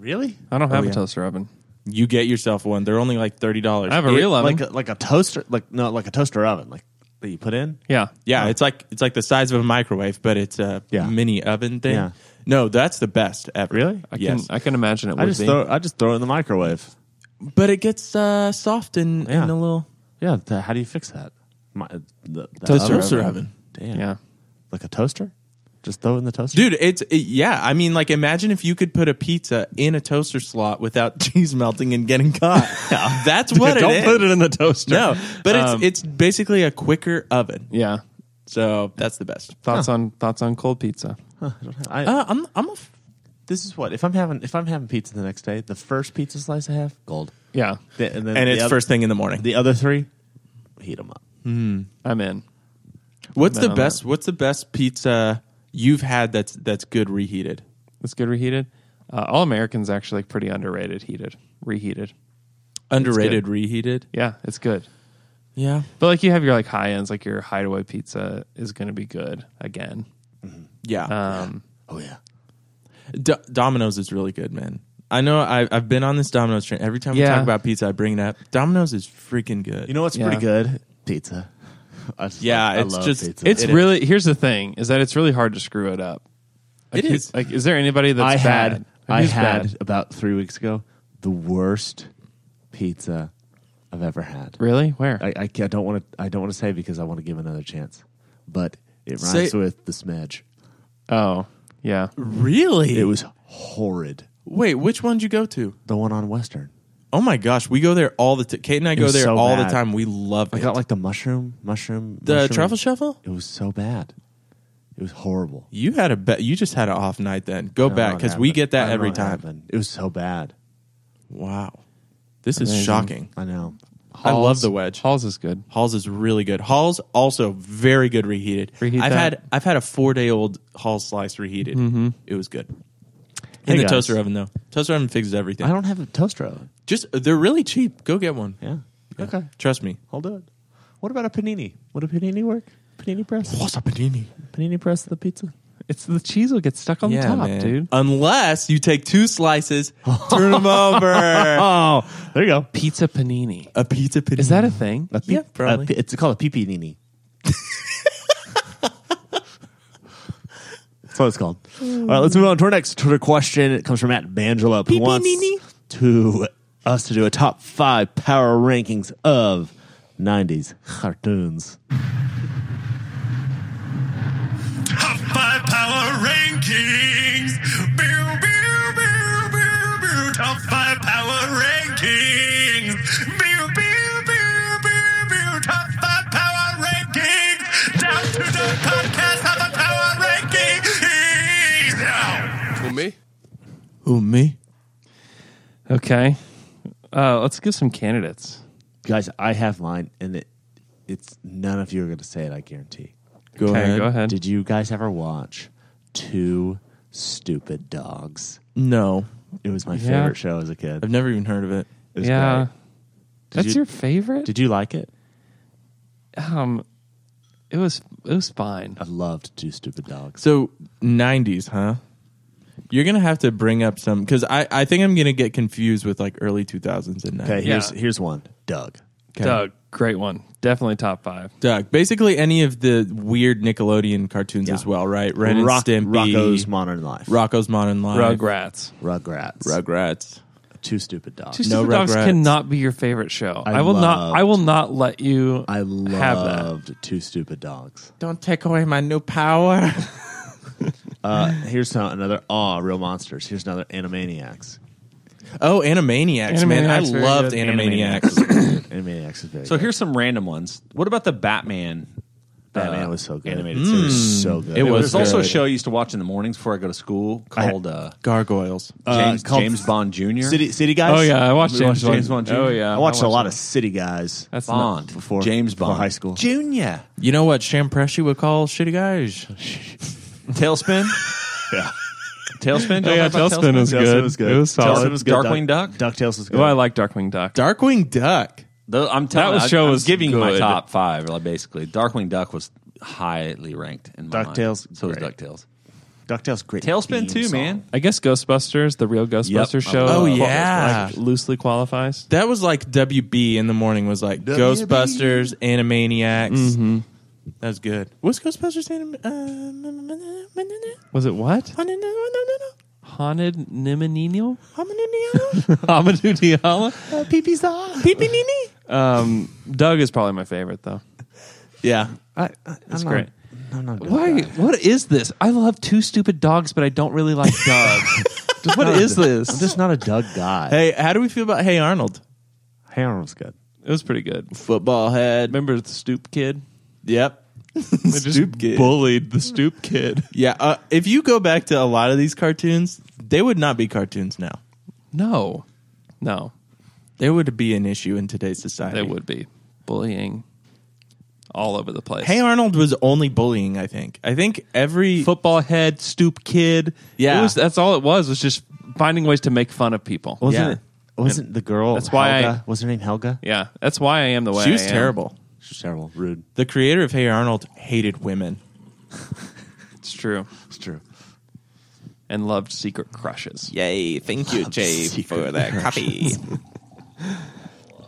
[SPEAKER 7] Really?
[SPEAKER 6] I don't have
[SPEAKER 5] yeah.
[SPEAKER 6] a toaster oven.
[SPEAKER 5] You get yourself one. They're only like thirty dollars.
[SPEAKER 6] I have a real oven.
[SPEAKER 7] Like a, like a toaster? Like no, like a toaster oven, like that you put in.
[SPEAKER 6] yeah.
[SPEAKER 5] Yeah, it's like it's like the size of a microwave, but it's a
[SPEAKER 7] Yeah.
[SPEAKER 5] mini oven thing.
[SPEAKER 7] Yeah.
[SPEAKER 5] No, that's the best ever.
[SPEAKER 7] Really?
[SPEAKER 6] I can
[SPEAKER 5] yes.
[SPEAKER 6] I can imagine it would
[SPEAKER 7] I just
[SPEAKER 6] be.
[SPEAKER 7] throw I just throw it in the microwave.
[SPEAKER 5] but it gets uh, soft and,
[SPEAKER 7] Yeah.
[SPEAKER 5] and a little
[SPEAKER 7] Yeah. th- how do you fix that? My, uh, the, the
[SPEAKER 6] Toaster
[SPEAKER 5] toaster oven.
[SPEAKER 7] Damn.
[SPEAKER 6] yeah.
[SPEAKER 7] Like a toaster? Just throw it in the toaster.
[SPEAKER 5] Dude, it's it- yeah. I mean, like, imagine if you could put a pizza in a toaster slot without cheese melting and getting caught. That's what it
[SPEAKER 6] Don't
[SPEAKER 5] is.
[SPEAKER 6] put it in the toaster.
[SPEAKER 5] No, but it's
[SPEAKER 6] Um,
[SPEAKER 5] it's basically a quicker oven.
[SPEAKER 6] Yeah.
[SPEAKER 5] So that's the best.
[SPEAKER 6] Thoughts on thoughts on cold pizza.
[SPEAKER 7] I,
[SPEAKER 5] Uh, I'm I'm a f-
[SPEAKER 7] this is what if I'm having if I'm having pizza the next day, the first pizza slice I have, gold.
[SPEAKER 6] Yeah.
[SPEAKER 7] The- and then
[SPEAKER 5] and
[SPEAKER 7] the
[SPEAKER 5] it's
[SPEAKER 7] oth-
[SPEAKER 5] first thing in the morning.
[SPEAKER 7] The other three, heat them up.
[SPEAKER 6] I'm in.
[SPEAKER 5] What's the
[SPEAKER 6] on
[SPEAKER 5] best? What's the best pizza you've had that's that's good reheated?
[SPEAKER 6] That's good reheated. Uh, All Americans actually pretty underrated heated reheated.
[SPEAKER 5] Underrated reheated.
[SPEAKER 6] Yeah, it's good.
[SPEAKER 5] Yeah.
[SPEAKER 6] But like you have your like high ends, like your hideaway pizza is going to be good again.
[SPEAKER 5] Yeah.
[SPEAKER 6] Um,
[SPEAKER 7] Oh yeah.
[SPEAKER 5] Do- Domino's is really good, man. I know I, I've been on this Domino's train. Every time we
[SPEAKER 6] Yeah.
[SPEAKER 5] talk about pizza, I bring it up. Domino's is freaking good.
[SPEAKER 7] You know what's
[SPEAKER 6] Yeah.
[SPEAKER 7] pretty good? Pizza. I just-
[SPEAKER 5] Yeah,
[SPEAKER 7] I
[SPEAKER 5] it's
[SPEAKER 7] love
[SPEAKER 5] just-
[SPEAKER 7] pizza.
[SPEAKER 6] it's
[SPEAKER 5] It is.
[SPEAKER 6] really here's the thing is that it's really hard to screw it up. Like,
[SPEAKER 5] It
[SPEAKER 6] you-
[SPEAKER 5] is.
[SPEAKER 6] like is there anybody that's
[SPEAKER 7] I had
[SPEAKER 6] bad?
[SPEAKER 7] I
[SPEAKER 6] Who's
[SPEAKER 7] had
[SPEAKER 6] bad?
[SPEAKER 7] about three weeks ago the worst pizza I've ever had.
[SPEAKER 6] really where
[SPEAKER 7] I, I, ca- I don't want to I don't want to say because I want to give another chance, but it
[SPEAKER 5] Say-
[SPEAKER 7] rhymes with the smedge.
[SPEAKER 6] Oh, yeah.
[SPEAKER 5] Really?
[SPEAKER 7] It was horrid.
[SPEAKER 5] Wait, which one'd you go to?
[SPEAKER 7] The one on Western.
[SPEAKER 5] Oh my gosh, we go there all the time. Kate and I go
[SPEAKER 7] was
[SPEAKER 5] there
[SPEAKER 7] so
[SPEAKER 5] all the
[SPEAKER 7] bad.
[SPEAKER 5] time. We love
[SPEAKER 7] I
[SPEAKER 5] it.
[SPEAKER 7] got like the mushroom, mushroom,
[SPEAKER 5] the
[SPEAKER 7] mushroom-
[SPEAKER 5] truffle shuffle.
[SPEAKER 7] It was so bad. It was horrible.
[SPEAKER 5] You had a bet. You just had an off night. Then go
[SPEAKER 7] I don't know
[SPEAKER 5] back
[SPEAKER 7] what
[SPEAKER 5] because we
[SPEAKER 7] happened. I
[SPEAKER 5] get that
[SPEAKER 7] don't know
[SPEAKER 5] every
[SPEAKER 7] what
[SPEAKER 5] time.
[SPEAKER 7] happened. It was so bad.
[SPEAKER 5] Wow, this is shocking.
[SPEAKER 7] I know.
[SPEAKER 5] I love the wedge.
[SPEAKER 6] Halls is good.
[SPEAKER 5] Halls is really good. Halls also very good reheated.
[SPEAKER 6] Reheat
[SPEAKER 5] I've
[SPEAKER 6] that.
[SPEAKER 5] had I've had a four day old Halls slice reheated. It was good. In
[SPEAKER 3] Hey,
[SPEAKER 5] the
[SPEAKER 3] guys.
[SPEAKER 5] toaster oven though, toaster oven fixes everything.
[SPEAKER 7] I don't have a toaster oven.
[SPEAKER 5] Just they're really cheap. Go get one.
[SPEAKER 7] Yeah. Okay.
[SPEAKER 5] Trust me.
[SPEAKER 7] I'll do it. What about a panini? Would a panini work? Panini press?
[SPEAKER 5] a panini?
[SPEAKER 7] Panini press of the pizza?
[SPEAKER 6] It's the cheese will get stuck on the top, dude.
[SPEAKER 5] Unless you take two slices, turn them over.
[SPEAKER 7] Oh, there you go.
[SPEAKER 6] Pizza panini.
[SPEAKER 5] A pizza panini.
[SPEAKER 6] Is that a thing?
[SPEAKER 7] A pi-
[SPEAKER 5] Yeah, probably.
[SPEAKER 7] a pi- it's called a pipinini. That's what it's called. All right, let's move on to our next Twitter question. It comes from at Bangela, who
[SPEAKER 5] Pipinini.
[SPEAKER 7] wants to us to do a top five power rankings of '90s cartoons.
[SPEAKER 8] Top five power rankings. Pew, pew, pew, pew, pew. Top five power rankings. Pew, pew, pew, pew, pew. Top five power rankings. Down to the podcast of the power rankings. Now.
[SPEAKER 5] Who me?
[SPEAKER 6] Okay. Uh, let's give some candidates.
[SPEAKER 7] Guys, I have mine, and it, it's none of you are going to say it. I guarantee.
[SPEAKER 5] Go
[SPEAKER 6] Okay,
[SPEAKER 5] ahead.
[SPEAKER 6] go ahead.
[SPEAKER 7] Did you guys ever watch Two Stupid Dogs?
[SPEAKER 5] No,
[SPEAKER 7] It was my
[SPEAKER 6] Yeah.
[SPEAKER 7] favorite show as a kid.
[SPEAKER 5] I've never even heard of it.
[SPEAKER 7] It was
[SPEAKER 6] yeah.
[SPEAKER 7] great.
[SPEAKER 6] That's
[SPEAKER 7] you-
[SPEAKER 6] your favorite?
[SPEAKER 7] Did you like it?
[SPEAKER 6] um, it was it was fine.
[SPEAKER 7] I loved Two Stupid Dogs.
[SPEAKER 5] So '90s, huh? You're gonna have to bring up some because I I think I'm gonna get confused with like early 2000s and 90s.
[SPEAKER 7] Okay, here's
[SPEAKER 6] Yeah.
[SPEAKER 7] here's one. Doug.
[SPEAKER 5] Okay.
[SPEAKER 6] Doug, great one. Definitely top five.
[SPEAKER 5] Doug. Basically, any of the weird Nickelodeon cartoons
[SPEAKER 7] Yeah.
[SPEAKER 5] as well, right? Ren
[SPEAKER 7] Rock-
[SPEAKER 5] and Stimpy,
[SPEAKER 7] Rocco's Modern Life.
[SPEAKER 5] Rocco's Modern Life,
[SPEAKER 6] Rugrats.
[SPEAKER 7] Rugrats.
[SPEAKER 5] Rugrats.
[SPEAKER 7] Two Stupid Dogs.
[SPEAKER 6] Two
[SPEAKER 5] No
[SPEAKER 6] Stupid Dogs
[SPEAKER 5] Rugrats.
[SPEAKER 6] cannot be your favorite show.
[SPEAKER 7] I
[SPEAKER 6] I, will not. I
[SPEAKER 7] loved-
[SPEAKER 6] will not let you
[SPEAKER 7] I
[SPEAKER 6] have that.
[SPEAKER 7] loved Two Stupid Dogs.
[SPEAKER 5] Don't take away my new power.
[SPEAKER 7] Uh, here's some, another Aw, Real Monsters. Here's another Animaniacs.
[SPEAKER 5] Oh, Animaniacs, man! I
[SPEAKER 6] Animaniacs, very
[SPEAKER 5] loved
[SPEAKER 6] good.
[SPEAKER 5] Animaniacs.
[SPEAKER 7] Animaniacs is very
[SPEAKER 3] So
[SPEAKER 7] good.
[SPEAKER 3] here's some random ones. What about the Batman?
[SPEAKER 7] Batman
[SPEAKER 3] uh,
[SPEAKER 7] was so good.
[SPEAKER 3] animated
[SPEAKER 7] It was
[SPEAKER 6] Mm.
[SPEAKER 7] so good.
[SPEAKER 5] It was
[SPEAKER 3] There's also a
[SPEAKER 5] good.
[SPEAKER 3] show I used to watch in the mornings before I go to school called uh,
[SPEAKER 5] Gargoyles.
[SPEAKER 6] uh,
[SPEAKER 3] James,
[SPEAKER 7] called-
[SPEAKER 3] James Bond Jr.
[SPEAKER 7] City City Guys.
[SPEAKER 6] Oh yeah, I watched
[SPEAKER 3] We watched
[SPEAKER 6] James,
[SPEAKER 3] James Bond Jr.
[SPEAKER 6] Oh yeah,
[SPEAKER 7] I watched a lot of
[SPEAKER 6] that.
[SPEAKER 7] City Guys.
[SPEAKER 6] That's
[SPEAKER 3] Bond
[SPEAKER 6] not-
[SPEAKER 7] before-
[SPEAKER 3] James
[SPEAKER 7] before
[SPEAKER 3] Bond
[SPEAKER 7] high school.
[SPEAKER 3] Junior.
[SPEAKER 5] You know what Sham Pesci would call shitty guys?
[SPEAKER 3] Tailspin.
[SPEAKER 7] Yeah.
[SPEAKER 3] Tailspin.
[SPEAKER 6] Oh, yeah, Tailspin was
[SPEAKER 7] Tailspin
[SPEAKER 6] good.
[SPEAKER 7] was good.
[SPEAKER 6] It was solid.
[SPEAKER 7] Tailspin was good.
[SPEAKER 3] Darkwing Duck?
[SPEAKER 7] DuckTales was good.
[SPEAKER 6] Oh, I like Darkwing Duck.
[SPEAKER 5] Darkwing Duck.
[SPEAKER 3] The- I'm telling
[SPEAKER 6] was-
[SPEAKER 3] I-
[SPEAKER 6] show
[SPEAKER 3] I'm
[SPEAKER 6] was
[SPEAKER 3] giving you my
[SPEAKER 6] good.
[SPEAKER 3] top five. Like basically, Darkwing Duck was highly ranked in my mind.
[SPEAKER 7] DuckTales,
[SPEAKER 3] So was
[SPEAKER 7] great.
[SPEAKER 3] Ducktales.
[SPEAKER 7] DuckTales great. theme
[SPEAKER 3] Tailspin too,
[SPEAKER 7] song.
[SPEAKER 3] man.
[SPEAKER 6] I guess Ghostbusters, the real Ghostbusters
[SPEAKER 3] Yep.
[SPEAKER 6] show.
[SPEAKER 5] Oh,
[SPEAKER 6] uh,
[SPEAKER 5] yeah.
[SPEAKER 6] qual- loosely qualifies.
[SPEAKER 5] That was like WB in the morning was like Ghostbusters, Animaniacs.
[SPEAKER 6] Mm-hmm.
[SPEAKER 5] That was good. What's Ghostbusters? Anim- uh,
[SPEAKER 6] Was it what? Haunted Nimanino? Amadou Diallo?
[SPEAKER 5] Pee-pee-nee-nee.
[SPEAKER 6] Um, Doug is probably my favorite though.
[SPEAKER 5] yeah.
[SPEAKER 6] I, that's
[SPEAKER 7] not-
[SPEAKER 6] great.
[SPEAKER 7] I'm not good
[SPEAKER 6] Why?
[SPEAKER 7] at that.
[SPEAKER 6] What is this? I love two stupid dogs, but I don't really like Doug. what is this?
[SPEAKER 7] I'm just not a Doug guy.
[SPEAKER 5] Hey, how do we feel about Hey Arnold?
[SPEAKER 7] Harold's good.
[SPEAKER 6] it was pretty good.
[SPEAKER 5] Football head.
[SPEAKER 6] Remember the Stoop Kid?
[SPEAKER 5] Yep.
[SPEAKER 6] They just
[SPEAKER 5] Stoop kid.
[SPEAKER 6] bullied the Stoop Kid.
[SPEAKER 5] Yeah. Uh, if you go back to a lot of these cartoons, they would not be cartoons now.
[SPEAKER 6] No, no,
[SPEAKER 5] They would be an issue in today's society.
[SPEAKER 6] they would be bullying all over the place.
[SPEAKER 5] Hey Arnold was only bullying, I think. I think every
[SPEAKER 6] football head, stoop kid.
[SPEAKER 5] Yeah.
[SPEAKER 6] It was, uh, that's all it was. Was just finding ways to make fun of people.
[SPEAKER 7] Wasn't
[SPEAKER 5] Yeah.
[SPEAKER 7] it? Wasn't the girl?
[SPEAKER 6] That's why I-
[SPEAKER 7] Helga? was her name Helga?
[SPEAKER 6] yeah, that's why I am the way
[SPEAKER 5] she was
[SPEAKER 6] I am.
[SPEAKER 5] terrible.
[SPEAKER 7] She's terrible, rude.
[SPEAKER 5] The creator of Hey Arnold hated women.
[SPEAKER 6] It's true,
[SPEAKER 7] It's true.
[SPEAKER 6] and loved secret crushes.
[SPEAKER 5] Yay. Thank you, Jay, for that copy.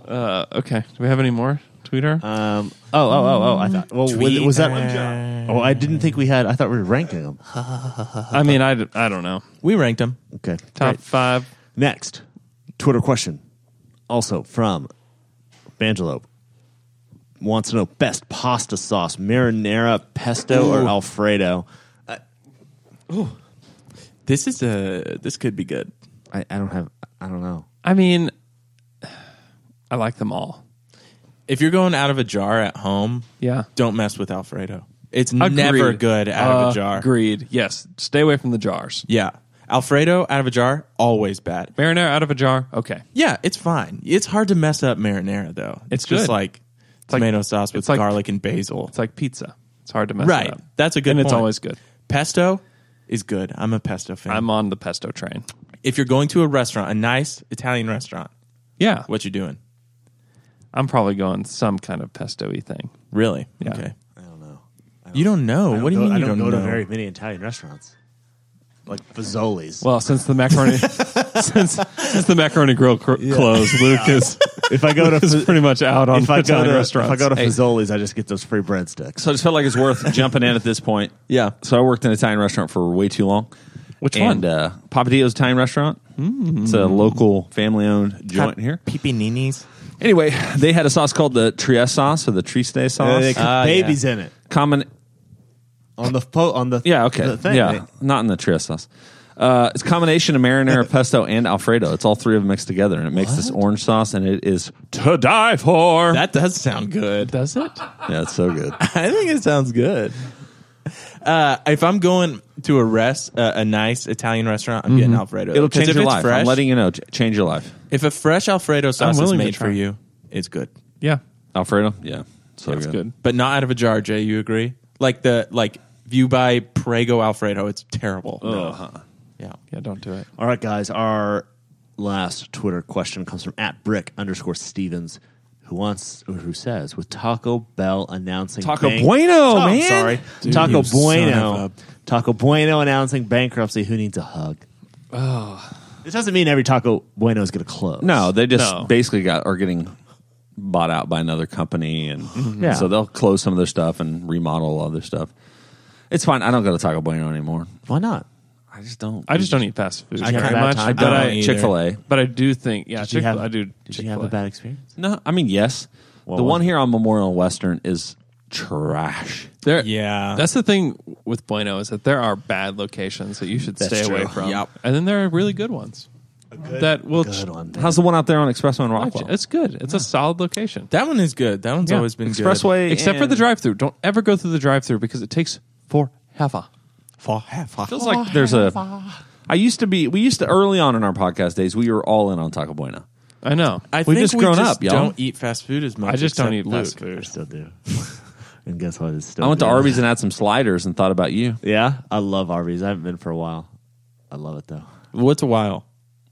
[SPEAKER 6] Uh, okay, do we have any more? Twitter.
[SPEAKER 5] Uh,
[SPEAKER 7] Um. Oh. Oh. Oh. Oh. I thought. Well, was, was that?
[SPEAKER 5] Tweeter.
[SPEAKER 7] Oh, I didn't think we had. I thought we were ranking them.
[SPEAKER 6] I mean, I, d- I don't know.
[SPEAKER 5] we ranked them.
[SPEAKER 7] Okay.
[SPEAKER 6] Top five.
[SPEAKER 7] Next, Twitter question, also from Bangelope. Wants to know best pasta sauce: marinara, pesto, or Alfredo.
[SPEAKER 5] This is a. This could be good.
[SPEAKER 7] I, I don't have. I don't know.
[SPEAKER 6] I mean, I like them all.
[SPEAKER 5] If you're going out of a jar at home,
[SPEAKER 6] Yeah.
[SPEAKER 5] don't mess with Alfredo. It's never
[SPEAKER 6] Agreed.
[SPEAKER 5] good out of a jar.
[SPEAKER 6] Agreed. Yes. Stay away from the jars.
[SPEAKER 5] Yeah, Alfredo out of a jar, always bad.
[SPEAKER 6] Marinara out of a jar. Okay.
[SPEAKER 5] Yeah, it's fine. It's hard to mess up marinara though. It's,
[SPEAKER 6] It's
[SPEAKER 5] just
[SPEAKER 6] good.
[SPEAKER 5] like
[SPEAKER 6] like-
[SPEAKER 5] tomato sauce with
[SPEAKER 6] it's like-
[SPEAKER 5] garlic and basil.
[SPEAKER 6] It's like pizza. It's hard to mess
[SPEAKER 5] Right.
[SPEAKER 6] it up.
[SPEAKER 5] That's a good
[SPEAKER 6] And it's
[SPEAKER 5] point.
[SPEAKER 6] always good.
[SPEAKER 5] Pesto is good. I'm a pesto fan.
[SPEAKER 6] I'm on the pesto train.
[SPEAKER 5] if you're going to a restaurant, a nice Italian restaurant,
[SPEAKER 6] Yeah.
[SPEAKER 5] what you doing?
[SPEAKER 6] I'm probably going some kind of pesto-y thing.
[SPEAKER 5] Really?
[SPEAKER 6] Yeah.
[SPEAKER 5] Okay.
[SPEAKER 7] I don't know.
[SPEAKER 5] You don't know. what do you
[SPEAKER 7] go-
[SPEAKER 5] mean
[SPEAKER 7] I
[SPEAKER 5] you
[SPEAKER 7] don't,
[SPEAKER 5] don't,
[SPEAKER 7] go
[SPEAKER 5] know?
[SPEAKER 7] to very many Italian restaurants, like Fazoli's.
[SPEAKER 6] Well, since the macaroni since, since the macaroni grill cr- closed, Luke is
[SPEAKER 7] if I go to
[SPEAKER 6] is pretty much out on
[SPEAKER 7] if I go
[SPEAKER 6] Italian
[SPEAKER 7] to if
[SPEAKER 6] restaurants.
[SPEAKER 7] I go to
[SPEAKER 3] Hey.
[SPEAKER 7] Fazoli's, I just get those free breadsticks.
[SPEAKER 3] So I just felt like it's worth jumping in at this point.
[SPEAKER 5] Yeah.
[SPEAKER 3] So I worked in an Italian restaurant for way too long.
[SPEAKER 6] Which one?
[SPEAKER 3] and, Uh, Papadillo's Italian restaurant. It's a local family-owned joint here.
[SPEAKER 5] Pipininis.
[SPEAKER 3] Anyway, they had a sauce called the Trieste sauce or the Triste sauce.
[SPEAKER 7] they cook
[SPEAKER 3] Uh,
[SPEAKER 7] babies in it
[SPEAKER 3] common,
[SPEAKER 7] on the po- on the
[SPEAKER 3] yeah, okay,
[SPEAKER 7] the thing.
[SPEAKER 3] yeah, not in the Trieste sauce. Uh, it's a combination of marinara, pesto, and Alfredo. It's all three of them mixed together, and it makes this orange sauce, and it is to die for.
[SPEAKER 5] That does sound good.
[SPEAKER 6] Does it?
[SPEAKER 3] yeah, it's so good.
[SPEAKER 5] I think it sounds good. Uh, if I'm going to a rest, uh, a nice Italian restaurant, I'm
[SPEAKER 6] Mm-hmm.
[SPEAKER 5] getting Alfredo.
[SPEAKER 3] It'll
[SPEAKER 5] 'Cause
[SPEAKER 3] change
[SPEAKER 5] if
[SPEAKER 3] your
[SPEAKER 5] it's
[SPEAKER 3] life.
[SPEAKER 5] Fresh,
[SPEAKER 3] I'm letting you know. Ch- change your life,
[SPEAKER 5] if a fresh Alfredo sauce is
[SPEAKER 6] willing to
[SPEAKER 5] made for
[SPEAKER 6] try.
[SPEAKER 5] you, it's good,
[SPEAKER 6] Yeah.
[SPEAKER 3] Alfredo. Yeah, so
[SPEAKER 6] That's good.
[SPEAKER 5] but not out of a jar. Jay, you agree? Like the like if you buy Prego Alfredo, it's terrible. Yeah.
[SPEAKER 6] Yeah, don't do it.
[SPEAKER 7] All right, guys. Our last Twitter question comes from at brick underscore Stevens, who wants or who says with Taco Bell announcing Oh,
[SPEAKER 3] Taco Bueno,
[SPEAKER 7] I'm
[SPEAKER 3] man.
[SPEAKER 7] sorry,
[SPEAKER 5] Dude,
[SPEAKER 7] Taco
[SPEAKER 5] you son
[SPEAKER 7] Bueno,
[SPEAKER 5] of
[SPEAKER 7] Taco Bueno announcing bankruptcy. Who needs a hug? Oh, this doesn't mean every Taco Bueno is going to close.
[SPEAKER 3] No, they just
[SPEAKER 6] No.
[SPEAKER 3] basically got are getting bought out by another company, and
[SPEAKER 6] Mm-hmm.
[SPEAKER 7] Yeah.
[SPEAKER 3] so they'll close some of their stuff and remodel other stuff. It's fine. I don't go to Taco Bueno anymore.
[SPEAKER 7] why not?
[SPEAKER 3] I just don't.
[SPEAKER 6] I just don't eat fast food
[SPEAKER 7] you have
[SPEAKER 6] very
[SPEAKER 7] a bad
[SPEAKER 6] much.
[SPEAKER 7] time?
[SPEAKER 6] but
[SPEAKER 5] don't
[SPEAKER 6] I
[SPEAKER 5] either.
[SPEAKER 3] Chick Fil A.
[SPEAKER 6] but I do think yeah,
[SPEAKER 7] Did you
[SPEAKER 6] Chick
[SPEAKER 7] have-
[SPEAKER 6] I
[SPEAKER 7] Did
[SPEAKER 6] do
[SPEAKER 7] you have a
[SPEAKER 6] Chick-fil-A.
[SPEAKER 7] bad experience?
[SPEAKER 3] No, I mean yes. the
[SPEAKER 7] was
[SPEAKER 3] one here on Memorial Western is trash.
[SPEAKER 6] There,
[SPEAKER 5] Yeah.
[SPEAKER 6] that's the thing with Bueno is that there are bad locations that you should stay away
[SPEAKER 7] true.
[SPEAKER 6] from,
[SPEAKER 5] Yep.
[SPEAKER 6] and then there are really good ones that will.
[SPEAKER 7] Good one.
[SPEAKER 3] How's the one out there on Expressway and Rockwell?
[SPEAKER 6] It's good. It's a solid location,
[SPEAKER 5] That one is good. That one's
[SPEAKER 6] Yeah.
[SPEAKER 5] always been good.
[SPEAKER 3] Expressway,
[SPEAKER 6] except for
[SPEAKER 3] and-
[SPEAKER 6] the drive-through. Don't ever go through the drive-through because it takes forever.
[SPEAKER 5] For half.
[SPEAKER 3] Feels
[SPEAKER 7] Oh,
[SPEAKER 3] like there's a. I used to be. We used to early on in our podcast days. We were all in on Taco Bueno.
[SPEAKER 6] I know.
[SPEAKER 5] I
[SPEAKER 3] We've
[SPEAKER 5] think
[SPEAKER 3] just
[SPEAKER 5] we
[SPEAKER 3] grown
[SPEAKER 5] just
[SPEAKER 3] up, y'all.
[SPEAKER 5] Don't eat fast food as much.
[SPEAKER 6] I just don't
[SPEAKER 5] except
[SPEAKER 6] eat
[SPEAKER 5] fast
[SPEAKER 6] Luke.
[SPEAKER 5] food.
[SPEAKER 7] I still do. and guess what? It's still
[SPEAKER 3] I went to
[SPEAKER 7] do.
[SPEAKER 3] Arby's and had some sliders and thought about you.
[SPEAKER 7] Yeah, I love Arby's. I haven't been for a while. I love it though.
[SPEAKER 5] What's a while?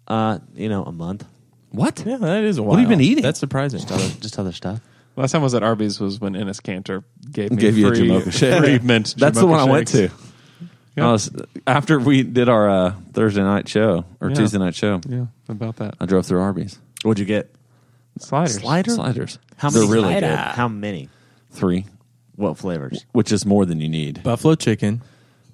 [SPEAKER 7] Uh, you know, a month.
[SPEAKER 3] What?
[SPEAKER 5] Yeah, that is a while.
[SPEAKER 3] have you been eating?
[SPEAKER 5] That's surprising.
[SPEAKER 7] Just other stuff.
[SPEAKER 6] Last time I was at Arby's was when Ennis Cantor gave me
[SPEAKER 3] Gave you a
[SPEAKER 6] free,
[SPEAKER 3] Jamocha shake.
[SPEAKER 6] free mint.
[SPEAKER 3] That's the
[SPEAKER 6] Jamocha
[SPEAKER 3] one I went to.
[SPEAKER 6] shakes.
[SPEAKER 3] I was, after we did our uh, Thursday night show or
[SPEAKER 6] Yeah.
[SPEAKER 3] Tuesday night show,
[SPEAKER 6] Yeah, about that
[SPEAKER 3] I drove through Arby's
[SPEAKER 7] What'd you get?
[SPEAKER 6] sliders.
[SPEAKER 7] Slider.
[SPEAKER 3] sliders.
[SPEAKER 7] How
[SPEAKER 3] They're
[SPEAKER 7] many?
[SPEAKER 3] really good.
[SPEAKER 7] How many?
[SPEAKER 3] Three,
[SPEAKER 7] What flavors?
[SPEAKER 3] which is more than you need.
[SPEAKER 5] Buffalo chicken.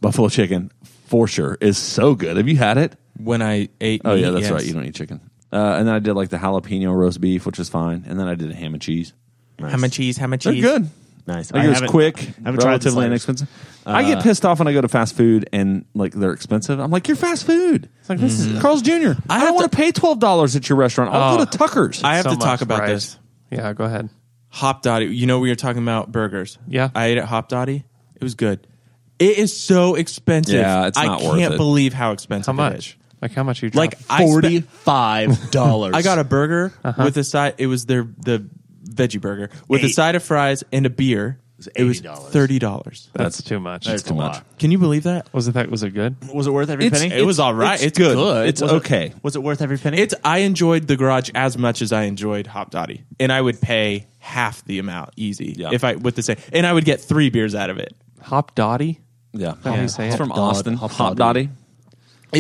[SPEAKER 3] Buffalo chicken for sure is so good. Have you had it?
[SPEAKER 5] When I ate.
[SPEAKER 3] Oh yeah,
[SPEAKER 5] meat,
[SPEAKER 3] that's
[SPEAKER 5] yes.
[SPEAKER 3] right. You don't eat chicken. Uh, and then I did like the jalapeno roast beef, which is fine. And then I did a ham and cheese.
[SPEAKER 5] How much cheese? How much
[SPEAKER 3] They're
[SPEAKER 5] cheese?
[SPEAKER 3] good.
[SPEAKER 7] Nice.
[SPEAKER 3] Like
[SPEAKER 7] I
[SPEAKER 3] it was
[SPEAKER 7] haven't-
[SPEAKER 3] quick,
[SPEAKER 7] haven't tried the
[SPEAKER 3] relatively
[SPEAKER 7] sliders.
[SPEAKER 3] inexpensive. I get pissed off when I go to fast food and like they're expensive. I'm like, you're fast food. It's like this is Carl's Jr. I, don't want to pay twelve dollars at your restaurant. I'll go to Tucker's.
[SPEAKER 5] I have
[SPEAKER 6] So
[SPEAKER 5] to talk
[SPEAKER 6] much
[SPEAKER 5] about
[SPEAKER 6] rice.
[SPEAKER 5] this.
[SPEAKER 6] Yeah, go ahead.
[SPEAKER 5] Hop Dottie. You know we were talking about burgers.
[SPEAKER 6] Yeah.
[SPEAKER 5] I ate at Hop Dottie. It was good. It is so expensive.
[SPEAKER 3] Yeah, it's not
[SPEAKER 5] I
[SPEAKER 3] worth
[SPEAKER 5] can't
[SPEAKER 3] it.
[SPEAKER 5] believe how expensive
[SPEAKER 6] How
[SPEAKER 5] it is.
[SPEAKER 6] much? Like how much you drop?
[SPEAKER 5] Like I forty.
[SPEAKER 7] Forty-five dollars.
[SPEAKER 5] I got a burger
[SPEAKER 6] Uh-huh.
[SPEAKER 5] with a side. It was their the veggie burger with a
[SPEAKER 7] Eight.
[SPEAKER 5] side of fries and a beer. It was
[SPEAKER 7] $80.
[SPEAKER 5] thirty dollars.
[SPEAKER 6] that's too much.
[SPEAKER 7] That's
[SPEAKER 3] too much.
[SPEAKER 5] Can you believe that?
[SPEAKER 6] Was it that? Was it good?
[SPEAKER 7] Was it worth every
[SPEAKER 3] It's-
[SPEAKER 7] penny?
[SPEAKER 5] It was all right. It's,
[SPEAKER 3] good.
[SPEAKER 5] good.
[SPEAKER 3] It's
[SPEAKER 5] Was it-
[SPEAKER 3] okay.
[SPEAKER 7] Was it worth every penny?
[SPEAKER 5] It's I enjoyed the garage as much as I enjoyed Hop Dottie, and I would pay half the amount easy
[SPEAKER 3] Yeah.
[SPEAKER 5] if I with the same, and I would get three beers out of it.
[SPEAKER 6] Hop Dottie.
[SPEAKER 3] yeah,
[SPEAKER 6] How do you say
[SPEAKER 3] it's
[SPEAKER 6] it?
[SPEAKER 3] from
[SPEAKER 6] Hop Dod-
[SPEAKER 3] Austin.
[SPEAKER 7] Hop
[SPEAKER 3] Hop,
[SPEAKER 7] Doddy.
[SPEAKER 3] Dotty.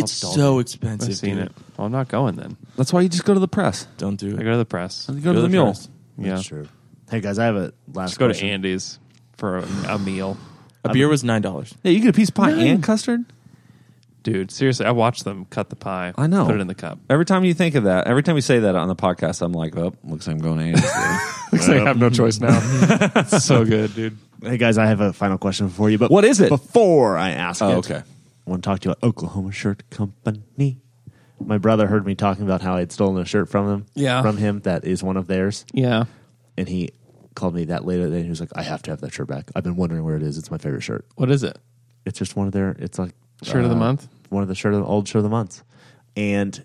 [SPEAKER 5] It's
[SPEAKER 7] Dottie.
[SPEAKER 5] so expensive.
[SPEAKER 6] I've seen
[SPEAKER 5] dude.
[SPEAKER 6] it. Well, I'm not going then.
[SPEAKER 3] That's why you just go to the press.
[SPEAKER 5] Don't do
[SPEAKER 6] I
[SPEAKER 5] it.
[SPEAKER 6] go to the press.
[SPEAKER 3] You go, to the, mule.
[SPEAKER 5] press.
[SPEAKER 6] Yeah,
[SPEAKER 7] That's true. Hey guys, I have a last.
[SPEAKER 6] just go to
[SPEAKER 7] question.
[SPEAKER 6] Andy's for a, a meal.
[SPEAKER 5] A beer was nine dollars.
[SPEAKER 3] Yeah, you get a piece of pie and custard.
[SPEAKER 6] Dude, seriously, I watched them cut the pie.
[SPEAKER 3] I know.
[SPEAKER 6] Put it in the cup.
[SPEAKER 3] Every time you think of that, every time we say that on the podcast, I'm like, oh, looks like I'm going to Andy's. today.
[SPEAKER 6] Looks like I have no choice now. it's so good, dude.
[SPEAKER 7] Hey guys, I have a final question for you. But
[SPEAKER 3] What is it?
[SPEAKER 7] Before I ask
[SPEAKER 3] Oh,
[SPEAKER 7] it,
[SPEAKER 3] okay.
[SPEAKER 7] I want to talk to you about Oklahoma Shirt Company. My brother heard me talking about how I had stolen a shirt from him.
[SPEAKER 9] Yeah.
[SPEAKER 7] From him that is one of theirs.
[SPEAKER 9] Yeah.
[SPEAKER 7] And he called me that later. And he was like, I have to have that shirt back. I've been wondering where it is. It's my favorite shirt.
[SPEAKER 9] What is it?
[SPEAKER 7] It's just one of their, it's like
[SPEAKER 9] Shirt
[SPEAKER 3] Uh,
[SPEAKER 9] of the month?
[SPEAKER 7] One of the shirt of the old shirt of the months. And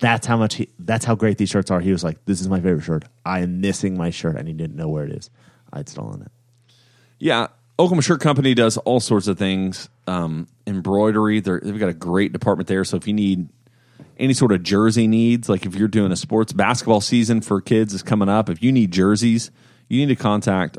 [SPEAKER 7] that's how much he, that's how great these shirts are. He was like, This is my favorite shirt. I am missing my shirt. And he didn't know where it is. I'd stolen it.
[SPEAKER 3] Yeah, Oklahoma Shirt Company does all sorts of things. Um, embroidery, they're, they've got a great department there. So if you need any sort of jersey needs, like if you're doing a sports basketball season for kids is coming up, if you need jerseys, you need to contact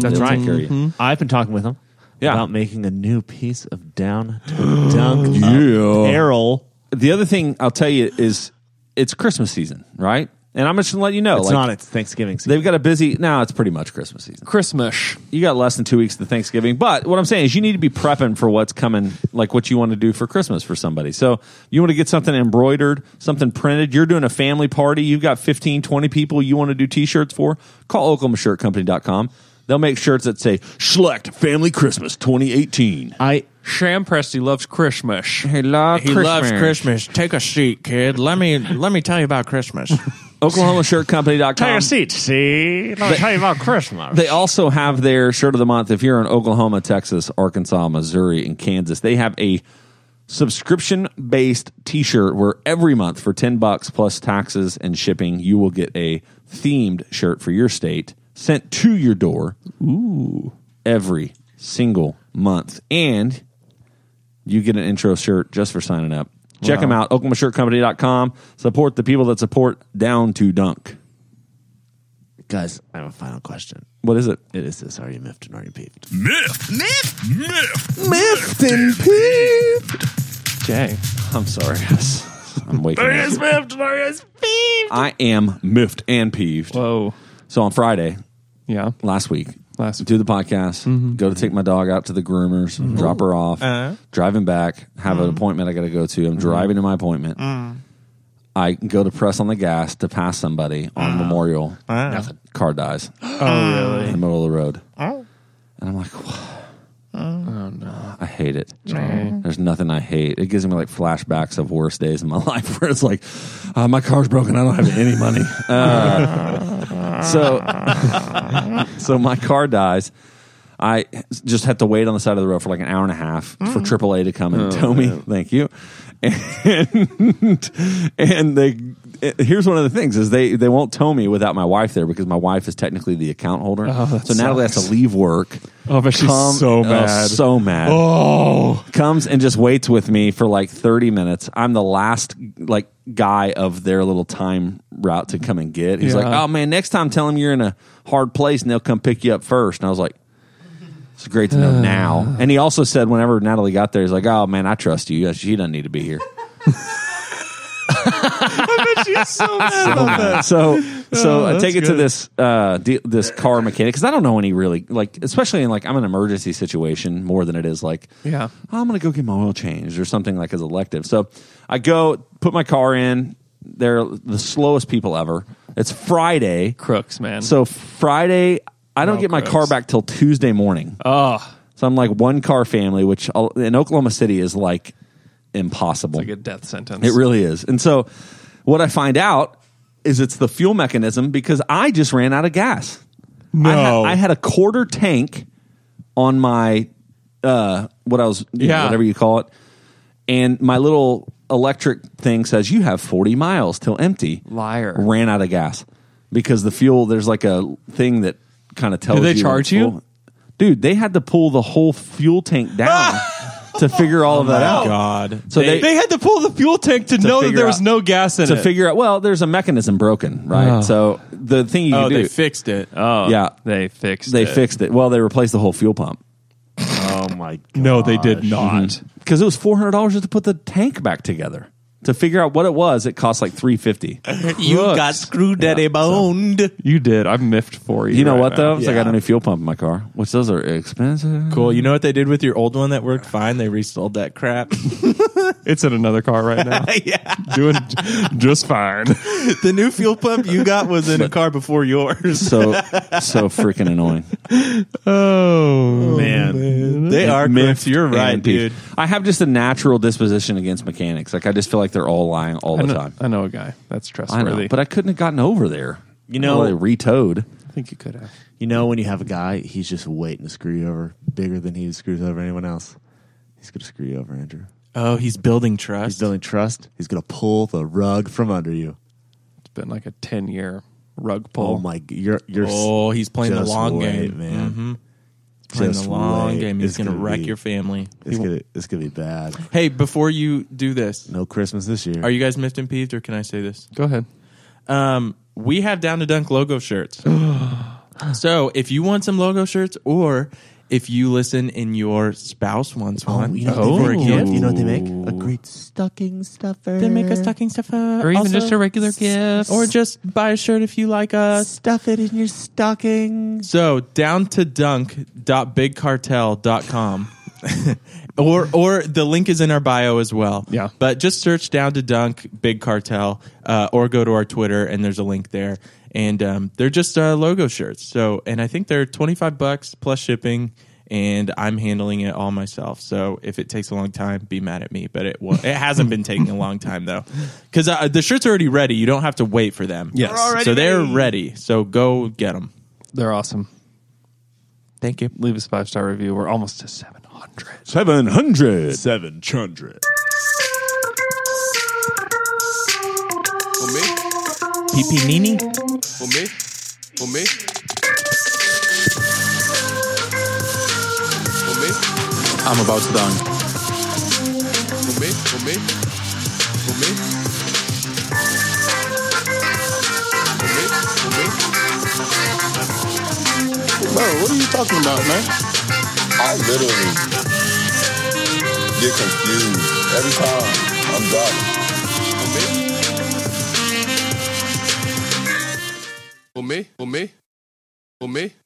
[SPEAKER 7] Mm,
[SPEAKER 3] That's right.
[SPEAKER 7] I've been talking with him
[SPEAKER 3] Yeah.
[SPEAKER 7] about making a new piece of down to dunk uh, apparel.
[SPEAKER 3] The other thing I'll tell you is it's Christmas season, right? And I'm just gonna let you know,
[SPEAKER 7] It's
[SPEAKER 3] like,
[SPEAKER 7] not it's Thanksgiving season.
[SPEAKER 3] they've got a busy. Now it's pretty much Christmas season.
[SPEAKER 9] Christmas.
[SPEAKER 3] you got less than two weeks to Thanksgiving. But what I'm saying is you need to be prepping for what's coming, like what you want to do for Christmas for somebody. So you want to get something embroidered, something printed. You're doing a family party. You've got 15, 20 people you want to do t-shirts for. Call OklahomaShirtCompany.com. They'll make shirts that say Schlecht Family Christmas 2018.
[SPEAKER 7] I
[SPEAKER 9] Sham Presty loves Christmas.
[SPEAKER 3] He loves
[SPEAKER 5] He loves Christmas. Take a seat, kid. Let me let me tell you about Christmas.
[SPEAKER 3] OklahomaShirtCompany.com.
[SPEAKER 7] seat. See, let me tell you about Christmas.
[SPEAKER 3] They also have their shirt of the month. If you're in Oklahoma, Texas, Arkansas, Missouri, and Kansas, they have a subscription based t shirt where every month for 10 bucks plus taxes and shipping, you will get a themed shirt for your state sent to your door every single month. And you get an intro shirt just for signing up. Check them out, OklahomaShirtCompany.com. Support the people that support Down to Dunk.
[SPEAKER 7] Guys, I have a final question.
[SPEAKER 3] What is it?
[SPEAKER 7] It is this: Are you miffed and are you peeved?
[SPEAKER 8] Myth. Myth. Myth.
[SPEAKER 9] Jay.
[SPEAKER 3] I'm sorry, guys. I'm waking up.
[SPEAKER 8] Myth. Myth.
[SPEAKER 3] I am miffed and peeved.
[SPEAKER 6] Whoa.
[SPEAKER 3] So on Friday
[SPEAKER 6] Yeah.
[SPEAKER 3] last week, Mm-hmm.
[SPEAKER 6] Last
[SPEAKER 3] do the podcast, go to take my dog out to the groomers, drop her off, driving back, have an appointment I got to go to. I'm driving to my appointment. I go to press on the gas to pass somebody on Memorial. Nothing. Car dies. Uh-huh. Oh, really? In the middle of the road. And I'm like, oh, no. I hate it. There's nothing I hate. It gives me like flashbacks of worst days in my life where it's like, uh, my car's broken. I don't have any money. Uh, so, so my car dies. I just had to wait on the side of the road for like an hour and a half for
[SPEAKER 6] Mm.
[SPEAKER 3] AAA to come
[SPEAKER 6] Oh,
[SPEAKER 3] and tow me. Thank you. And and they here's one of the things is they they won't tow me without my wife there because my wife is technically the account holder. so Natalie has to leave work.
[SPEAKER 6] Oh, but she's so mad.
[SPEAKER 3] so mad. Oh, comes and just waits with me for like thirty minutes. I'm the last like guy of their little time route to come and get. He's like,
[SPEAKER 6] Yeah.
[SPEAKER 3] oh man, next time tell him you're in a hard place and they'll come pick you up first. And I was like. It's great to know now. And he also said, whenever Natalie got there, he's like, "Oh man, I trust you. She doesn't need to be here." so so I take it to this uh de- this car mechanic because I don't know any really like especially in like I'm an emergency situation more than it is like
[SPEAKER 9] Yeah.
[SPEAKER 3] "Oh, I'm gonna go get my oil changed or something like as elective. So I go put my car in. They're the slowest people ever. It's Friday.
[SPEAKER 9] Crooks, man.
[SPEAKER 3] So Friday, I don't
[SPEAKER 6] Oh,
[SPEAKER 3] get my
[SPEAKER 6] gross.
[SPEAKER 3] car back till Tuesday morning.
[SPEAKER 6] Ah,
[SPEAKER 9] oh,
[SPEAKER 3] So I'm like one car family, which I'll- in Oklahoma City is like impossible.
[SPEAKER 6] like a death sentence.
[SPEAKER 3] It really is. And so what I find out is it's the fuel mechanism because I just ran out of gas. No. I had, I had a quarter tank on my uh what I was you know,
[SPEAKER 6] Yeah.
[SPEAKER 3] whatever you call it. And my little electric thing says you have 40 miles till empty.
[SPEAKER 9] Liar.
[SPEAKER 3] Ran out of gas because the fuel there's like a thing that kind of tells
[SPEAKER 9] they
[SPEAKER 3] you when
[SPEAKER 9] charge
[SPEAKER 3] it's
[SPEAKER 9] you?
[SPEAKER 3] full. Dude, they had to pull the whole fuel tank down to figure
[SPEAKER 9] Oh
[SPEAKER 3] all of that out.
[SPEAKER 5] God.
[SPEAKER 3] So they,
[SPEAKER 6] They had to pull the fuel tank to, know that
[SPEAKER 3] figure
[SPEAKER 6] there was
[SPEAKER 3] out-
[SPEAKER 6] no gas in
[SPEAKER 3] to
[SPEAKER 6] it.
[SPEAKER 3] figure out. Well, there's a mechanism broken, right? So the thing you
[SPEAKER 5] Oh,
[SPEAKER 3] can
[SPEAKER 5] they
[SPEAKER 3] do,
[SPEAKER 5] fixed it.
[SPEAKER 6] oh,
[SPEAKER 3] yeah,
[SPEAKER 6] They fixed
[SPEAKER 3] they
[SPEAKER 6] it.
[SPEAKER 3] fixed it. Well, they replaced the whole fuel pump
[SPEAKER 7] Oh my! God.
[SPEAKER 6] No, they did not.
[SPEAKER 3] because it was four hundred dollars just to put the tank back together. To figure out what it was, it cost like three fifty.
[SPEAKER 5] you got screwed daddy boned.
[SPEAKER 6] You did. I'm miffed for you.
[SPEAKER 3] You know
[SPEAKER 6] right
[SPEAKER 3] what
[SPEAKER 6] now.
[SPEAKER 3] though? So I got a new fuel pump in my car, which those are expensive.
[SPEAKER 5] Cool. You know what they did with your old one that worked fine? They resold that crap.
[SPEAKER 6] It's in another car right now.
[SPEAKER 5] yeah.
[SPEAKER 6] Doing j- just fine.
[SPEAKER 5] The new fuel pump you got was in a car before yours.
[SPEAKER 3] So so freaking annoying.
[SPEAKER 6] Oh,
[SPEAKER 7] Man,
[SPEAKER 5] They are
[SPEAKER 3] miffed
[SPEAKER 5] crooks. You're
[SPEAKER 3] and
[SPEAKER 5] right,
[SPEAKER 3] peeved.
[SPEAKER 5] dude.
[SPEAKER 3] I have just a natural disposition against mechanics. Like I just feel like they're all lying all
[SPEAKER 6] I
[SPEAKER 3] the
[SPEAKER 6] know,
[SPEAKER 3] time.
[SPEAKER 6] I know a guy that's
[SPEAKER 3] I
[SPEAKER 6] trustworthy.
[SPEAKER 3] know, but I couldn't have gotten over there. You
[SPEAKER 7] know-
[SPEAKER 3] they retoed.
[SPEAKER 6] I think you could have.
[SPEAKER 7] You know when you have a guy, he's just waiting to screw you over, bigger than he screws over anyone else. He's gonna screw you over, Andrew.
[SPEAKER 5] Oh, he's building
[SPEAKER 7] He's
[SPEAKER 5] trust.
[SPEAKER 7] building trust. He's gonna pull the rug from under you.
[SPEAKER 6] It's been like a ten year rug pull.
[SPEAKER 7] Oh my! g- You're you're s-
[SPEAKER 5] oh, he's playing the
[SPEAKER 7] just
[SPEAKER 5] long
[SPEAKER 7] wait,
[SPEAKER 5] game,
[SPEAKER 7] man.
[SPEAKER 5] Mhm. Playing
[SPEAKER 7] Just
[SPEAKER 5] the long
[SPEAKER 7] wait.
[SPEAKER 5] game. He's
[SPEAKER 7] It's
[SPEAKER 5] gonna
[SPEAKER 7] gonna
[SPEAKER 5] wreck
[SPEAKER 7] be-
[SPEAKER 5] your family.
[SPEAKER 7] It's gonna it's gonna be bad.
[SPEAKER 5] Hey, before you do this,
[SPEAKER 7] No Christmas this year.
[SPEAKER 5] are you guys miffed and peeved, or can I say this?
[SPEAKER 6] Go ahead.
[SPEAKER 5] Um, we have Down to Dunk logo shirts. so if you want some logo shirts, or if you listen and your spouse wants
[SPEAKER 7] Oh,
[SPEAKER 5] one,
[SPEAKER 7] you know, what they
[SPEAKER 5] for
[SPEAKER 7] make,
[SPEAKER 5] a
[SPEAKER 7] you, know,
[SPEAKER 5] gift,
[SPEAKER 7] you know what they make? A great stocking stuffer.
[SPEAKER 5] they make a stocking stuffer,
[SPEAKER 6] Or even
[SPEAKER 5] Also,
[SPEAKER 6] just a regular gift.
[SPEAKER 5] or just buy a shirt if you like us.
[SPEAKER 7] Stuff it in your stocking.
[SPEAKER 5] So down to dunk.bigcartel.com. or or the link is in our bio as well.
[SPEAKER 6] Yeah.
[SPEAKER 5] But just search down to dunk big cartel uh, or go to our Twitter and there's a link there. And um, they're just uh, logo shirts. So and I think they're 25 bucks plus shipping and I'm handling it all myself. So if it takes a long time, be mad at me, but it will, it hasn't been taking a long time though. Cuz uh, the shirts are already ready. You don't have to wait for them.
[SPEAKER 6] Yes. They're already
[SPEAKER 5] So they're ready. So go get them.
[SPEAKER 6] They're awesome.
[SPEAKER 5] Thank you.
[SPEAKER 6] Leave us a five star review. We're almost to seven hundred.
[SPEAKER 3] Seven hundred.
[SPEAKER 7] Seven hundred.
[SPEAKER 5] PP Nini.
[SPEAKER 2] I'm about to dunk.
[SPEAKER 10] Bro, what are you talking about, man? I literally get confused every time I'm driving.
[SPEAKER 11] For me? For me? For me?